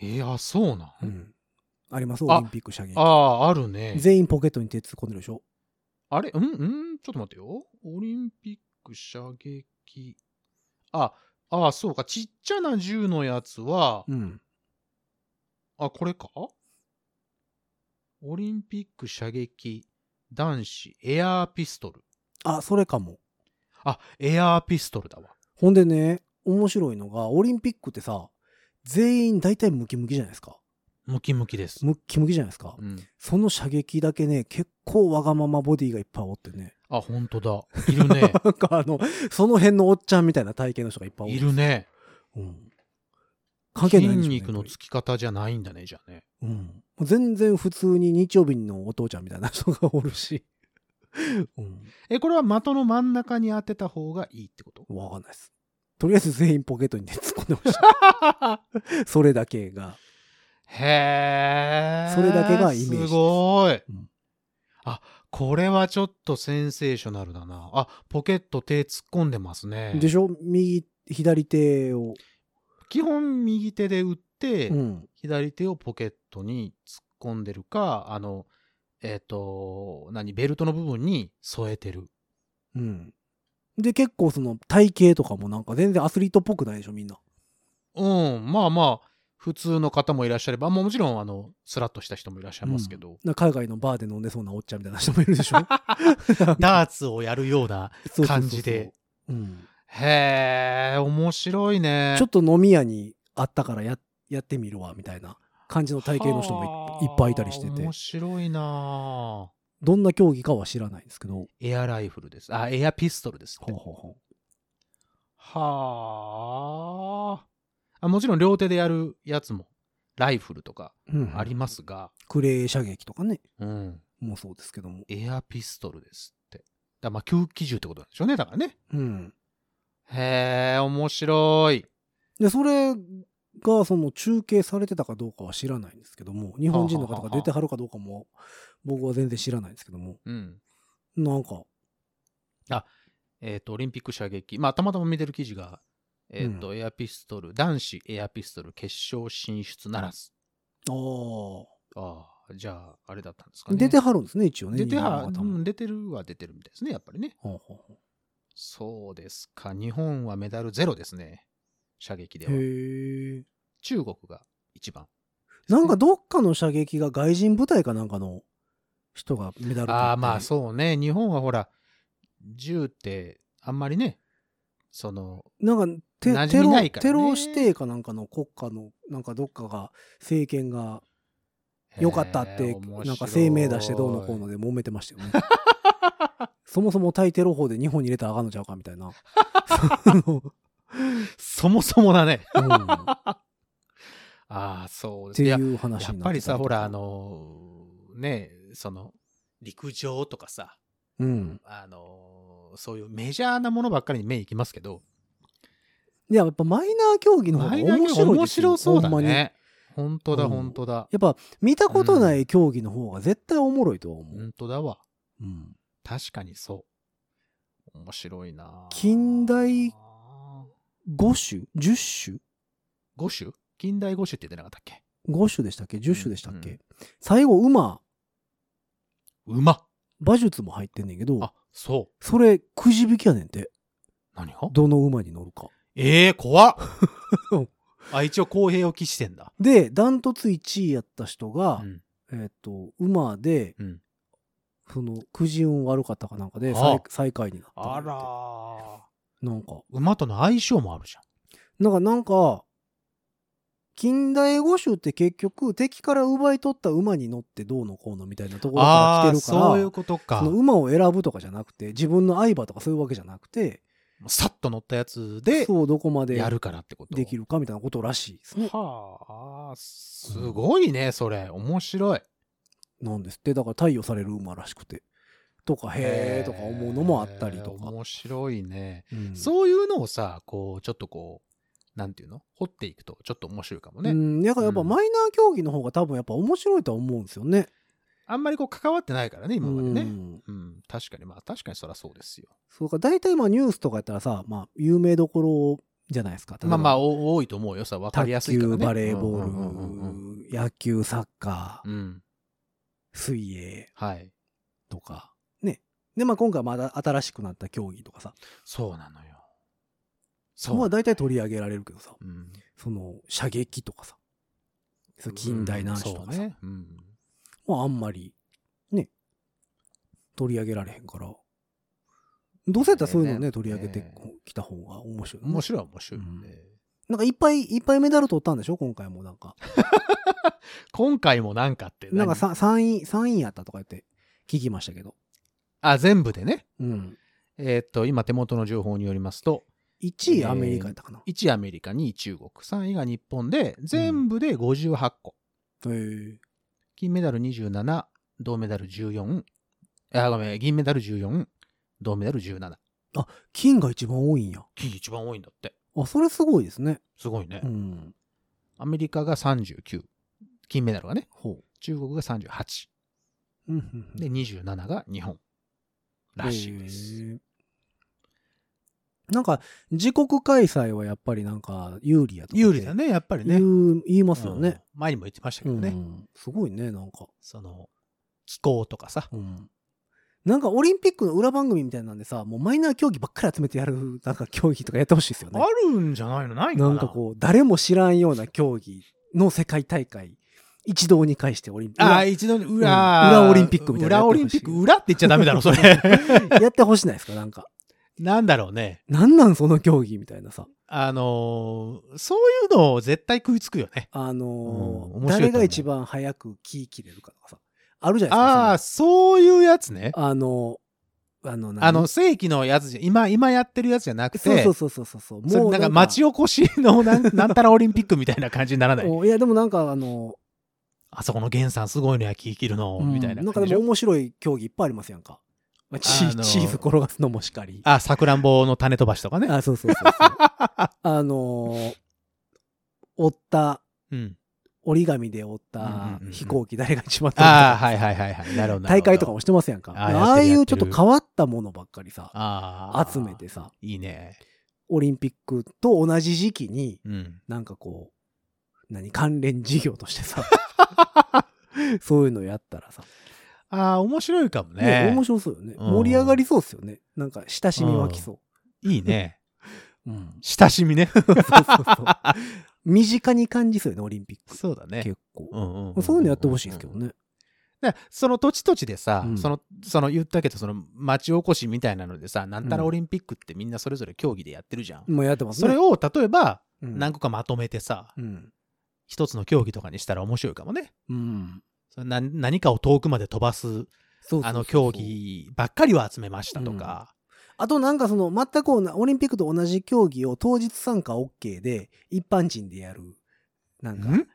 Speaker 3: えー、あ、そうな
Speaker 2: う
Speaker 3: ん、
Speaker 2: ん、ありますオ
Speaker 3: あ
Speaker 2: リンピック射撃
Speaker 3: ああ、あるね。
Speaker 2: 全員ポケットに手突っ込んでるでしょ
Speaker 3: あれうんうんちょっと待ってよ。オリンピック射撃。あ、ああ、そうか。ちっちゃな銃のやつは、
Speaker 2: うん
Speaker 3: あ、これかオリンピック射撃男子エアーピストル。
Speaker 2: あそれかも
Speaker 3: あ、エアーピストルだわ。
Speaker 2: ほんでね面白いのがオリンピックってさ全員大体ムキムキじゃないですか
Speaker 3: ムキムキです。
Speaker 2: ムッキムキじゃないですか、
Speaker 3: うん。
Speaker 2: その射撃だけね結構わがままボディがいっぱいおってね
Speaker 3: あ、ほんとだ。いるね。
Speaker 2: (laughs) なんかあの、その辺のおっちゃんみたいな体型の人がいっぱいお
Speaker 3: いるね。
Speaker 2: うん関係ない
Speaker 3: 筋
Speaker 2: んでしょうね
Speaker 3: 肉のつき方じゃないんだね、じゃあね。
Speaker 2: うん。もう全然普通に日曜日のお父ちゃんみたいな人がおるし。 (laughs) うん。
Speaker 3: え、これは的の真ん中に当てた方がいいってこと (laughs)
Speaker 2: わかんないです。とりあえず全員ポケットに手突っ込んでま
Speaker 3: (laughs)
Speaker 2: した。それだけが。
Speaker 3: へえ。
Speaker 2: それだけがイメージです
Speaker 3: すごい、
Speaker 2: うん
Speaker 3: あ、これはちょっとセンセーショナルだな。あ、ポケット手突っ込んでますね。
Speaker 2: でしょ右、左手を。
Speaker 3: 基本右手で打って、
Speaker 2: うん。
Speaker 3: 左手をポケットに突っ込んでるか、あの、えっ、と、何、ベルトの部分に添えてる。
Speaker 2: うん。で、結構その体型とかもなんか全然アスリートっぽくないでしょみんな。
Speaker 3: うん、まあまあ、普通の方もいらっしゃれば、もうもちろん、あの、スラッとした人もいらっしゃいますけど、
Speaker 2: なんか海外のバーで飲んでそうなおっちゃんみたいな人もいる
Speaker 3: (laughs)
Speaker 2: でしょ
Speaker 3: ダーツをやるような。
Speaker 2: そうそうそうそう
Speaker 3: 感じで。
Speaker 2: うん。
Speaker 3: へえ、面白いね。
Speaker 2: ちょっと飲み屋にあったからややってみるわみたいな感じの体型の人もいいっぱいいたりして
Speaker 3: はあ
Speaker 2: て
Speaker 3: 面白いなあ
Speaker 2: どんな競技かは知らないですけど
Speaker 3: エアライフルです。あ、エアピストルですって。
Speaker 2: ほ
Speaker 3: はああ。もちろん両手でやるやつも、ライフルとか
Speaker 2: う、うん、
Speaker 3: ありますが、
Speaker 2: クレー射撃とかね
Speaker 3: うん。
Speaker 2: もそうですけども、
Speaker 3: エアピストルですって。だからまあ、吸気銃ってことなんでしょうね、だからね。
Speaker 2: うん、
Speaker 3: へえ、面白い。
Speaker 2: でそれがその中継されてたかどうかは知らないんですけども日本人の方が出てはるかどうかも僕は全然知らないんですけども
Speaker 3: うん。
Speaker 2: なんか
Speaker 3: えっ、と、オリンピック射撃。まあ、たまたま見てる記事が、えっ、と、エアピストル、男子エアピストル決勝進出ならず。
Speaker 2: あ
Speaker 3: ああ、じゃあ、あれだったんですか
Speaker 2: あ
Speaker 3: ね。
Speaker 2: 出てはるんですね一応ね
Speaker 3: 出て
Speaker 2: 日
Speaker 3: は、う
Speaker 2: 本の方も
Speaker 3: ん出てるは出てるみたいですね、やっぱりね。
Speaker 2: ほうほうほ
Speaker 3: そうですか。日本はメダルゼロですね。射撃で
Speaker 2: う
Speaker 3: は。
Speaker 2: へえ
Speaker 3: 中国が一番。
Speaker 2: なんかどっかの射撃が外人部隊かなんかの人がメダル取って
Speaker 3: ああ、まあそうね。日本はほら、銃ってあんまりね、その、
Speaker 2: なんかテ
Speaker 3: 馴
Speaker 2: テ
Speaker 3: 染み
Speaker 2: ロ
Speaker 3: ないからね
Speaker 2: テロ指定かなんかの国家のなんかどっかが政権が良かったっ
Speaker 3: え
Speaker 2: て
Speaker 3: ー面白い
Speaker 2: なんか声明出してどうのこうので揉めてましたよね。 (laughs) そもそも対テロ法で日本に入れたらあかんのちゃうかみたい
Speaker 3: (laughs)
Speaker 2: な。そ
Speaker 3: そもそもだね。
Speaker 2: のうんっ
Speaker 3: ああ、そうです
Speaker 2: て
Speaker 3: ね。い
Speaker 2: い
Speaker 3: や
Speaker 2: う話
Speaker 3: やっ
Speaker 2: にな
Speaker 3: ぱ
Speaker 2: ってたり
Speaker 3: り
Speaker 2: とか
Speaker 3: さ、ほら、あ、のーね、その、陸上とかさ、
Speaker 2: うん。
Speaker 3: あのーそういうメジャーなものばっかりに目いきますけど、
Speaker 2: いや、やっぱマイナー競技の方が
Speaker 3: マイ
Speaker 2: 面白
Speaker 3: ナー
Speaker 2: いで
Speaker 3: 競
Speaker 2: す
Speaker 3: 技
Speaker 2: よ
Speaker 3: 面白そうだ
Speaker 2: ほんまにや
Speaker 3: ね。本当だ、
Speaker 2: うん
Speaker 3: 本当だ。
Speaker 2: っぱ見たことない競技の方が絶対おもろいとは思う。
Speaker 3: 本当だわ。
Speaker 2: うん
Speaker 3: 確かにそう。面白いなぁ
Speaker 2: 近代5種 ?10 種
Speaker 3: 五種近代五種って言ってなかったっけ
Speaker 2: ?5 種でしたっけ ?10 種でしたっけ、
Speaker 3: うんうん
Speaker 2: 最後、馬、
Speaker 3: 馬
Speaker 2: 馬術も入ってんねんけど、
Speaker 3: あ、そ
Speaker 2: それくじ引きやねんて。
Speaker 3: う。何が
Speaker 2: どの馬に乗るか。
Speaker 3: ええー、怖
Speaker 2: (laughs)
Speaker 3: っ
Speaker 2: うん
Speaker 3: あ、一応公平を期してんだ。
Speaker 2: で、ダントツ1位やった人
Speaker 3: う
Speaker 2: が、
Speaker 3: ん。
Speaker 2: えっと、馬で、
Speaker 3: うん
Speaker 2: その、くじ運悪かったかなんかで
Speaker 3: あ
Speaker 2: 最、最下位になったんや
Speaker 3: あ
Speaker 2: って。
Speaker 3: らー
Speaker 2: なんか、
Speaker 3: 馬との相性もあるじゃん。
Speaker 2: なんか、なんか、近代五種って結局、敵から奪い取った馬に乗ってどうのこうのみたいなところから来て
Speaker 3: ー
Speaker 2: るから、
Speaker 3: そういうことか
Speaker 2: その。馬を選ぶとかじゃなくて、自分の相場とかそういうわけじゃなくて、
Speaker 3: さっと乗ったやつで、
Speaker 2: そう、どこまで
Speaker 3: やるからってこと。
Speaker 2: できるかみたいなことらしいですね。
Speaker 3: はあ、すごいね、それ。面白い。
Speaker 2: なんですってだから貸与される馬らしくてとかへえとか思うのもあったりと
Speaker 3: へー
Speaker 2: か、
Speaker 3: 面白いね。
Speaker 2: うん
Speaker 3: そういうのをさ、こう、ちょっとこう、なんていうの掘っていくと、ちょっと面白いかもね。
Speaker 2: うんだからやっぱ
Speaker 3: うん
Speaker 2: マイナー競技の方が多分やっぱ面白いとは思うんですよね
Speaker 3: あんまりこう、関わってないからね、今まで
Speaker 2: う
Speaker 3: ね。
Speaker 2: ん
Speaker 3: うん、確かに、まあ、確かにそりゃそうですよ。
Speaker 2: そうか大体まあニュースとかやったらさまあ有名どころじゃないですか
Speaker 3: まあまあ、
Speaker 2: あ
Speaker 3: お多いと思うよ。さ、わかりや
Speaker 2: 卓
Speaker 3: すいから
Speaker 2: 球
Speaker 3: ね。
Speaker 2: バレーボ
Speaker 3: うんうんうんうん
Speaker 2: ール野球サッカー
Speaker 3: うん。うん
Speaker 2: 水泳
Speaker 3: はい。
Speaker 2: とかねでまあ今回まだ新しくなった競技とかさ
Speaker 3: そうなのよ。そう。
Speaker 2: まあ大体取り上げられるけどさ
Speaker 3: うん
Speaker 2: その射撃とかさそう近代男子と
Speaker 3: うん
Speaker 2: か
Speaker 3: そ
Speaker 2: さ
Speaker 3: うね。うん。
Speaker 2: まあ、あんまり、ね、取り上げられへんから。どうせやったらそういうのね、
Speaker 3: ね
Speaker 2: 取り上げて
Speaker 3: ね
Speaker 2: きた方が面白い、ね。
Speaker 3: 面白いは面白いよね、
Speaker 2: うんなんかいっぱいいっぱいメダル取ったんでしょ今回もなんか。
Speaker 3: 今回もなんかって何。
Speaker 2: なんかさ3位、3位やったとか言って聞きましたけど。
Speaker 3: あ、全部でね。
Speaker 2: うん。
Speaker 3: えーっと、今手元の情報によりますと、
Speaker 2: 1位
Speaker 3: えー
Speaker 2: アメリカやったかな。
Speaker 3: 1位アメリカ、2位中国、3位が日本で、全部で58個。
Speaker 2: へえ
Speaker 3: 金メダル27、銅メダル14、あ、ごめん、銀メダル14、銅メダル17。
Speaker 2: 金が一番多いんや。
Speaker 3: 金一番多いんだって。
Speaker 2: あ、それすごいですね。
Speaker 3: すごいね。
Speaker 2: うん。
Speaker 3: アメリカが39、金メダルがね。
Speaker 2: ほ
Speaker 3: 中国が38、
Speaker 2: う。うんうんうん
Speaker 3: で、27が日本。らしいです。
Speaker 2: へえなんか、自国開催はやっぱりなんか有利やとかって
Speaker 3: 有利だね、やっぱりね。
Speaker 2: 言う言いますよね。
Speaker 3: うん前にも言ってましたけどね。
Speaker 2: うん、すごいねなんか、
Speaker 3: その、気候とかさ。
Speaker 2: うん、なんかオリンピックの裏番組みたいなんでさもうマイナー競技ばっかり集めてやるなんか競技とかやってほしいですよね
Speaker 3: あるんじゃないのないか
Speaker 2: な
Speaker 3: なん
Speaker 2: かこう誰も知らんような競技の世界大会一堂に会してオリンピック
Speaker 3: あ
Speaker 2: や
Speaker 3: あ、一度に
Speaker 2: うん
Speaker 3: 裏、
Speaker 2: 裏オリンピックみたいな
Speaker 3: 裏
Speaker 2: の
Speaker 3: オ
Speaker 2: や
Speaker 3: リ
Speaker 2: ってほし
Speaker 3: ンピ
Speaker 2: い
Speaker 3: ック、裏って言っちゃダメだろ、
Speaker 2: (laughs)
Speaker 3: それ。
Speaker 2: ってほしないですかなんか
Speaker 3: なんだろうね。
Speaker 2: なんなんその競技みたいなさ
Speaker 3: あのーそういうのを絶対食いつくよね。
Speaker 2: あのー
Speaker 3: うん面白いと思う
Speaker 2: 誰が一番早く木切れるかとかさあるじゃないですか
Speaker 3: ああ、そういうやつね
Speaker 2: そ。のあのあの何
Speaker 3: あの、正規のやつじゃ、今、今やってるやつじゃなくて、
Speaker 2: そうそうそうそうそうそう
Speaker 3: それなんか町おこしのなん (laughs) なんたらオリンピックみたいな感じにならない。
Speaker 2: おいやでもなんかあの
Speaker 3: あそこの源さんすごいのや、聞きるの、みたいな
Speaker 2: うんなんか
Speaker 3: 感じ
Speaker 2: で
Speaker 3: でしょ
Speaker 2: も面白い競技いっぱいありますやんか。まあチ
Speaker 3: あの
Speaker 2: ーチーズ転がすのもしかり。
Speaker 3: あ、さくらんぼの種飛ばしとかね。
Speaker 2: あ、そうそうそう
Speaker 3: (laughs)
Speaker 2: そう。あのー折った、
Speaker 3: うん。
Speaker 2: 折り紙で折っ
Speaker 3: うんうん
Speaker 2: た
Speaker 3: うんうん
Speaker 2: 飛行機誰が一番飛ぶ
Speaker 3: ああ、
Speaker 2: か
Speaker 3: はいはいはいはい。なるほどなるほど。
Speaker 2: 大会とかもしてますやんか。
Speaker 3: あ
Speaker 2: あ
Speaker 3: ー
Speaker 2: あい
Speaker 3: やっ
Speaker 2: う
Speaker 3: て
Speaker 2: ちょ
Speaker 3: る
Speaker 2: っ
Speaker 3: やってる
Speaker 2: と変わったものばっかりさ、
Speaker 3: ああ。
Speaker 2: 集めて。さ、
Speaker 3: いいね。
Speaker 2: オリンピックと同じ時期に、
Speaker 3: うん。
Speaker 2: なんかこう、何、関連事業として
Speaker 3: (laughs)
Speaker 2: さ、そういうのやったらさ、
Speaker 3: ああ、面白いかも
Speaker 2: ね
Speaker 3: ね
Speaker 2: 面。白そうよね。
Speaker 3: うん
Speaker 2: 盛り上がりそうですよね。なんか親しみ湧きそう。
Speaker 3: いいね。
Speaker 2: うん。 (laughs)
Speaker 3: 親しみね。
Speaker 2: そうそうそう。身近に感じそうよね、オリンピック。
Speaker 3: そうだね。
Speaker 2: 結構。
Speaker 3: うんうんんん
Speaker 2: そういうのやってほしいですけど。ね。
Speaker 3: だからその土地土地でさ、
Speaker 2: うん
Speaker 3: その、その言ったけど、その町おこしみたいなのでさ、なんたらオリンピックってみんなそれぞれ競技でやってるじゃん。
Speaker 2: もうやってますね。
Speaker 3: それを例えば、
Speaker 2: うん、
Speaker 3: 何個かまとめてさ、
Speaker 2: うん。
Speaker 3: 一つの競技とかにしたら面白いかもね。
Speaker 2: うん。
Speaker 3: そのな何かを遠くまで飛ばす、
Speaker 2: そうそうそうそう
Speaker 3: あの競。技ばっかりは集めましたとか。
Speaker 2: あとなんかその、全く同じオリンピックと同じ競技を当日参加 OK で、一般人でやる、なんか、
Speaker 3: ん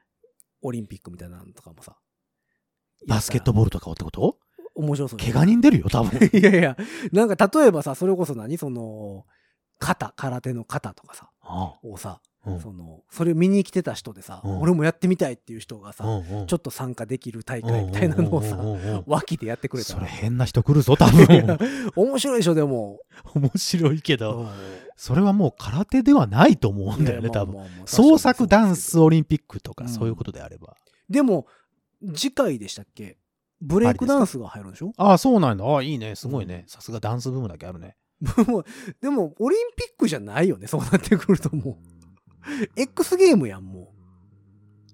Speaker 2: オリンピックみたいなのとかもさ。
Speaker 3: バスケット
Speaker 2: ー
Speaker 3: ボールとかをってこと
Speaker 2: ル。面白そう。
Speaker 3: 怪我人出るよ、多分。
Speaker 2: (laughs) いやいや、なんか例えばさ、それこそ何その、肩、空手の肩とかさ、
Speaker 3: あ
Speaker 2: をさ、
Speaker 3: あうん
Speaker 2: その、それを見に来てた人でさ、
Speaker 3: うん
Speaker 2: 俺もやってみたいっていう人がさ、
Speaker 3: うんうん
Speaker 2: ちょっと参加できる大会みたいなのをさ、
Speaker 3: うんうんうんうんうん
Speaker 2: 脇でやってくれた
Speaker 3: そ
Speaker 2: ら
Speaker 3: れ。変な人来るぞ、多
Speaker 2: (laughs) いや
Speaker 3: 分。
Speaker 2: 面白いでしょ、でも。
Speaker 3: 面白いけ
Speaker 2: う
Speaker 3: ど。
Speaker 2: ん
Speaker 3: それはもう空手ではないと思うんだよね、
Speaker 2: いや
Speaker 3: 多分。
Speaker 2: まあまあまあ
Speaker 3: 創作ダンスオリンピックと
Speaker 2: う
Speaker 3: か、
Speaker 2: ん
Speaker 3: そういうことであれば。
Speaker 2: でも、次回でしたっけブレイクダンスが入るんでしょ
Speaker 3: ああ、そうなんだ。ああ、いいね。すごいね。さすがダンスブームだけあるね。
Speaker 2: もうでも、オリンピックじゃないよね、そうなってくるともう。X
Speaker 3: ー
Speaker 2: ゲームやん、も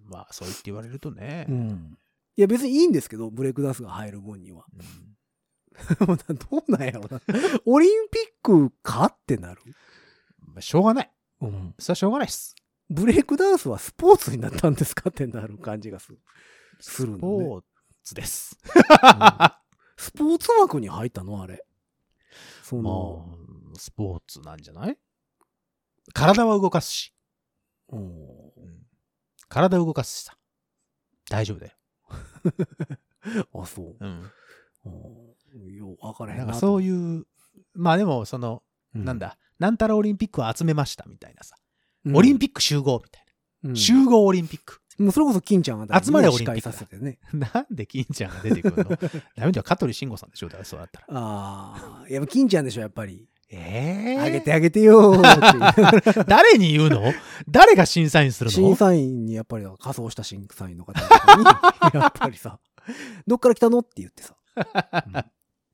Speaker 3: まあ、そう言って言われるとね
Speaker 2: う。。ん。いや、別にいいんですけど、ブレイクダンスが入る分には。 (laughs)
Speaker 3: うん
Speaker 2: もうなどうなんやろな。オリンピックかってなる。
Speaker 3: まあしょうがない。
Speaker 2: うん。
Speaker 3: それはしょうがないっす。
Speaker 2: ブレイクダンスはスポーツになったんですかってなる感じがする。するの
Speaker 3: ス
Speaker 2: ね
Speaker 3: ポーツです。
Speaker 2: (laughs) スポーツ枠に入ったのあれ。そ
Speaker 3: ま
Speaker 2: の、
Speaker 3: あ、スポーツなんじゃない体は動かすし。
Speaker 2: うん
Speaker 3: 体を動かすしさ。大丈夫だよ。
Speaker 2: あ、そう
Speaker 3: うん。
Speaker 2: うん。よう分からへん
Speaker 3: な
Speaker 2: な。
Speaker 3: んかそういう、まあでも、その、
Speaker 2: うん
Speaker 3: なんだ、なんたらオリンピックを集めましたみたいなさ。
Speaker 2: うん
Speaker 3: オリンピック集合みたい
Speaker 2: うん
Speaker 3: な。集合オリンピック。 (laughs)
Speaker 2: もうそれこそ金ちゃんが
Speaker 3: 集まれオリンピック
Speaker 2: 司会
Speaker 3: だ
Speaker 2: させてね。
Speaker 3: なんで金ちゃんが出てくるの (laughs) ダメだよ、香取慎吾さんでしょ、だからそうだったら。
Speaker 2: ああ、いやっぱ金ちゃんでしょ、やっぱり。
Speaker 3: ええ
Speaker 2: あげてあげてよーっていう
Speaker 3: 誰に言うの誰が審査員する
Speaker 2: 審
Speaker 3: の
Speaker 2: 査員にやっぱり仮装した審査員の方とか
Speaker 3: (laughs)
Speaker 2: に、やっぱりさ、どっから来たのって言ってさ、うん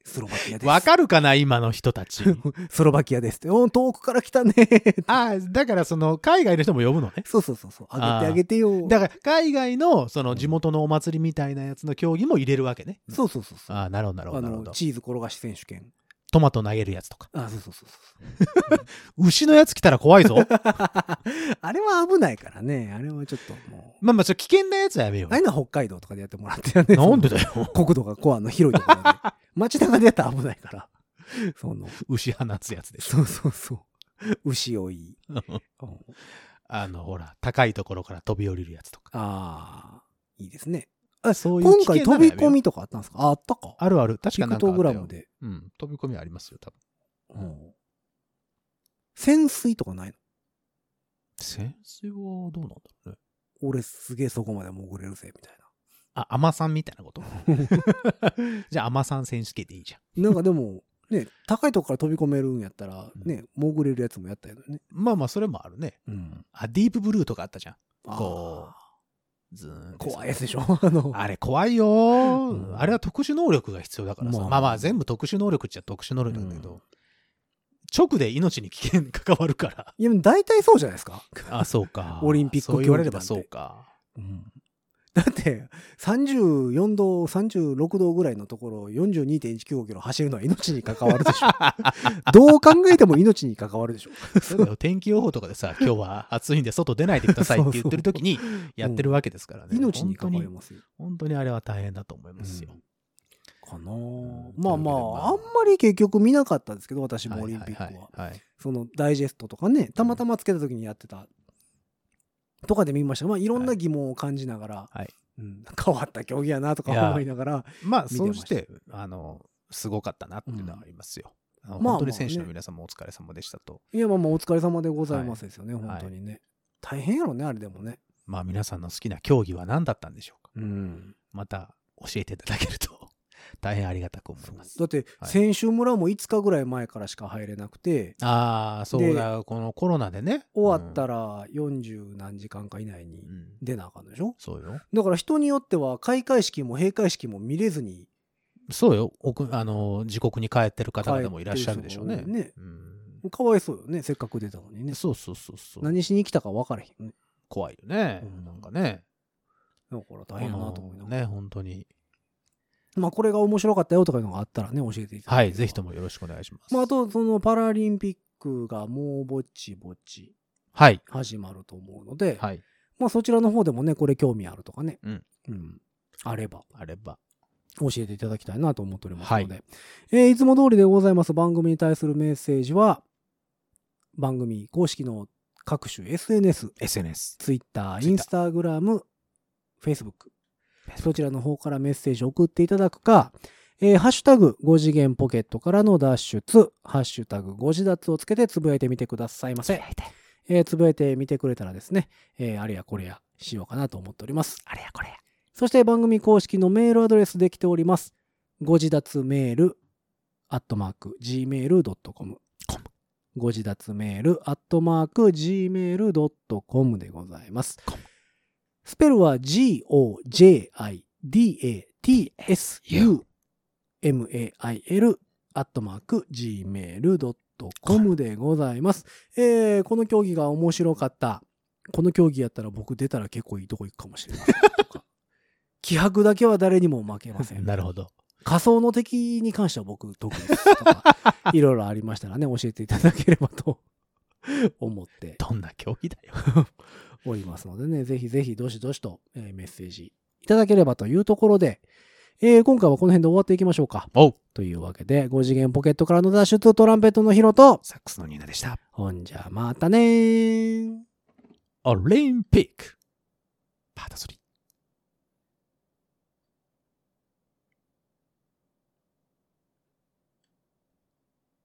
Speaker 2: スロバキアです。
Speaker 3: わかるかな、今の人た
Speaker 2: (laughs)
Speaker 3: ち。
Speaker 2: スロバキアですって、おー遠くから来たねー
Speaker 3: ああ、だからその、海外の人も呼ぶのね。
Speaker 2: そうそうそうそう、あげてあげてよー
Speaker 3: だから、海外の、その、地元のお祭りみたいなやつの競技も入れるわけね。
Speaker 2: そうそうそうそう。
Speaker 3: ああ、なるほど、なる
Speaker 2: あ
Speaker 3: ほど、なるほ
Speaker 2: の
Speaker 3: ど。
Speaker 2: チーズ転がし選手権。
Speaker 3: トマト投げるやつとか。
Speaker 2: あ、そうそうそうそう。 (laughs)
Speaker 3: 牛のやつ来たら怖いぞ。
Speaker 2: あれは危ないからね。あれはちょっともう。
Speaker 3: まあまあ、ちょっと危険なやつはやめよ
Speaker 2: ああいう
Speaker 3: う。
Speaker 2: のは北海道とかでやってもらってよね。
Speaker 3: なんでだ
Speaker 2: その
Speaker 3: よ。
Speaker 2: 国土がコアの広いところ
Speaker 3: (laughs)
Speaker 2: で。街中でやったら危ないから。その、
Speaker 3: 牛放つやつでし
Speaker 2: そ
Speaker 3: ょ。
Speaker 2: うそうそう。牛追い。うん
Speaker 3: あの、ほら、高いところから飛び降りるやつとか。
Speaker 2: ああ、いいですね。
Speaker 3: そういう
Speaker 2: 今
Speaker 3: 危
Speaker 2: 回
Speaker 3: 険
Speaker 2: 飛
Speaker 3: なの
Speaker 2: び
Speaker 3: やめよ
Speaker 2: 込
Speaker 3: う
Speaker 2: みとかあったんですかああったか。
Speaker 3: あるある。確
Speaker 2: ピ
Speaker 3: かな
Speaker 2: ク
Speaker 3: ん
Speaker 2: ト
Speaker 3: かあったよ
Speaker 2: グラムで。
Speaker 3: うん、飛び込みありますよ、多分。
Speaker 2: うん潜水とかないの
Speaker 3: 潜水はどうなんだろうね。
Speaker 2: 俺すげえそこまで潜れるぜ、みたいな。
Speaker 3: あ、アマさんみたい
Speaker 2: (laughs)
Speaker 3: なこと (laughs) じゃあ、アマさん選手権でいいじゃん。
Speaker 2: なんかで
Speaker 3: (laughs)
Speaker 2: も、ね、高いとこから飛び込めるんやったら、ね、潜れるやつもやったよね。
Speaker 3: まあまあ、それもあるね。
Speaker 2: うん。
Speaker 3: あ、ディープブルーとかあったじゃん。こ
Speaker 2: あ
Speaker 3: う、ずー
Speaker 2: ー
Speaker 3: んってさ
Speaker 2: 怖いやつでしょあの、
Speaker 3: あれ怖いよー、
Speaker 2: うん
Speaker 3: あれは特殊能力が必要だからさ。
Speaker 2: ま
Speaker 3: ま
Speaker 2: あ
Speaker 3: あ、まあ全部特殊能力っちゃ特殊能力なんだけど、直で命に危険に関わるから。
Speaker 2: いや、大体そうじゃないですか。
Speaker 3: あ、そうか。
Speaker 2: オリンピック
Speaker 3: そう言われれば
Speaker 2: 競技
Speaker 3: そ
Speaker 2: なん
Speaker 3: う
Speaker 2: て
Speaker 3: か。
Speaker 2: だって、34度、36度ぐらいのところ、42.195キロ走るのは命に関わるでしょ。
Speaker 3: (laughs)
Speaker 2: どう考えても命に関わるでしょ。
Speaker 3: そうだよ天気予報とかでさ、今日は暑いんで外出ないでくださいって言ってる時にやってるわけですからね。
Speaker 2: 命に関わり
Speaker 3: 本
Speaker 2: ますよ。
Speaker 3: 当に本当にあれは大変だと思いますよ。
Speaker 2: かなあ
Speaker 3: ん
Speaker 2: まあま
Speaker 3: というわ
Speaker 2: あ、あん
Speaker 3: けでまあ
Speaker 2: まり結局見なかったんですけど、私もオリンピックは。
Speaker 3: はいはいはいはい
Speaker 2: そのダイジェストとかね、たまたまつけた時にやってた。とかで見ました。まあ、いろんな疑問を感じながら、
Speaker 3: はい
Speaker 2: うん変わった競技やなとか思いながら、
Speaker 3: まあ、
Speaker 2: 見て
Speaker 3: そう
Speaker 2: まし
Speaker 3: したて、あの、すごかったなっていうのはありますよ。あの
Speaker 2: まあ
Speaker 3: 本
Speaker 2: ま
Speaker 3: 当に
Speaker 2: あ
Speaker 3: 選手の
Speaker 2: ね
Speaker 3: 皆さんもお疲れ様でしたと。
Speaker 2: いや、まあまあ、お疲れ様でございますですよね、
Speaker 3: い
Speaker 2: 本当にね。大変やろね、あれでもね。
Speaker 3: まあ、皆さんの好きな競技は何だったんでしょうか。
Speaker 2: うん。
Speaker 3: また教えていただけると大変ありがたく思います。
Speaker 2: だって、
Speaker 3: はい
Speaker 2: 選手村も5日ぐらい前からしか入れなくて、
Speaker 3: ああ、そうだ、このコロナでね。
Speaker 2: 終わった
Speaker 3: ら、
Speaker 2: ら40何時間か以内に
Speaker 3: うん
Speaker 2: 出なあかんでしょ
Speaker 3: そうよ。
Speaker 2: だから人によっては開会式も閉会式も見れずに
Speaker 3: そうよ。おくあの、自国に帰ってる方々もいらっしゃるでしょうね。
Speaker 2: 帰ってる人もね
Speaker 3: うん
Speaker 2: かわいそうよねせっかく出たのにね
Speaker 3: そうそうそうそう。
Speaker 2: 何しに来たか分からへんよね
Speaker 3: 怖いよね、
Speaker 2: うん
Speaker 3: なんかね。
Speaker 2: だから大変やなと思いながら、
Speaker 3: ね、本当に。
Speaker 2: まあ、これが面白かったよとかいうのがあったらね、教えていただければ
Speaker 3: はい、ぜひと。もよろしくお願いします。
Speaker 2: まあ、あと、そのパラリンピックがもうぼちぼち
Speaker 3: はい。
Speaker 2: 始まると思うので、
Speaker 3: はい。
Speaker 2: まあ、そちらの方でもね、これ興味あるとかね、
Speaker 3: うん
Speaker 2: うんあれば
Speaker 3: あれば。
Speaker 2: 教えていただきたいなと思っておりますので、
Speaker 3: はい
Speaker 2: えーいつも通りでございます番組に対するメッセージは、番組公式の各種 SNS、
Speaker 3: SNS。
Speaker 2: Twitter、
Speaker 3: Twitter
Speaker 2: Instagram、Facebook、そちらの方からメッセージを送っていただくか、えーハッシュタグ5次元ポケットからの脱出、ハッシュタグ5次脱をつけてつぶやいてみてくださいませ。えーつぶやいてみてくれたらですね、えーあれやこれやしようかなと思っております。あれやこれや。そして番組公式のメールアドレスできております。ご自立メール、アットマーク、gmail.com。ご自立メール、アットマーク、gmail.com でございます。スペルは g-o-j-i-d-a-t-s-u-m-a-i-l アットマーク gmail.com でございます。えー、この競技が面白かった。この競技やったら僕出たら結構いいとこ行くかもしれないとか。気迫だけは誰にも負けません。
Speaker 3: (laughs) なるほど。
Speaker 2: 仮想の敵に関しては僕得意ですとか、いろいろありましたらね、教えていただければと思って
Speaker 3: どんな競技だよ。
Speaker 2: おりますのでね、ぜ (laughs) ひぜひどしどしと、えーメッセージいただければというところで、えー今回はこの辺で終わっていきましょうか。
Speaker 3: おう
Speaker 2: というわけで、5次元ポケットからの脱出トランペットのヒロと、
Speaker 3: サックスのニーナでした。
Speaker 2: ほんじゃまたねー。
Speaker 3: オリンピック。パート3。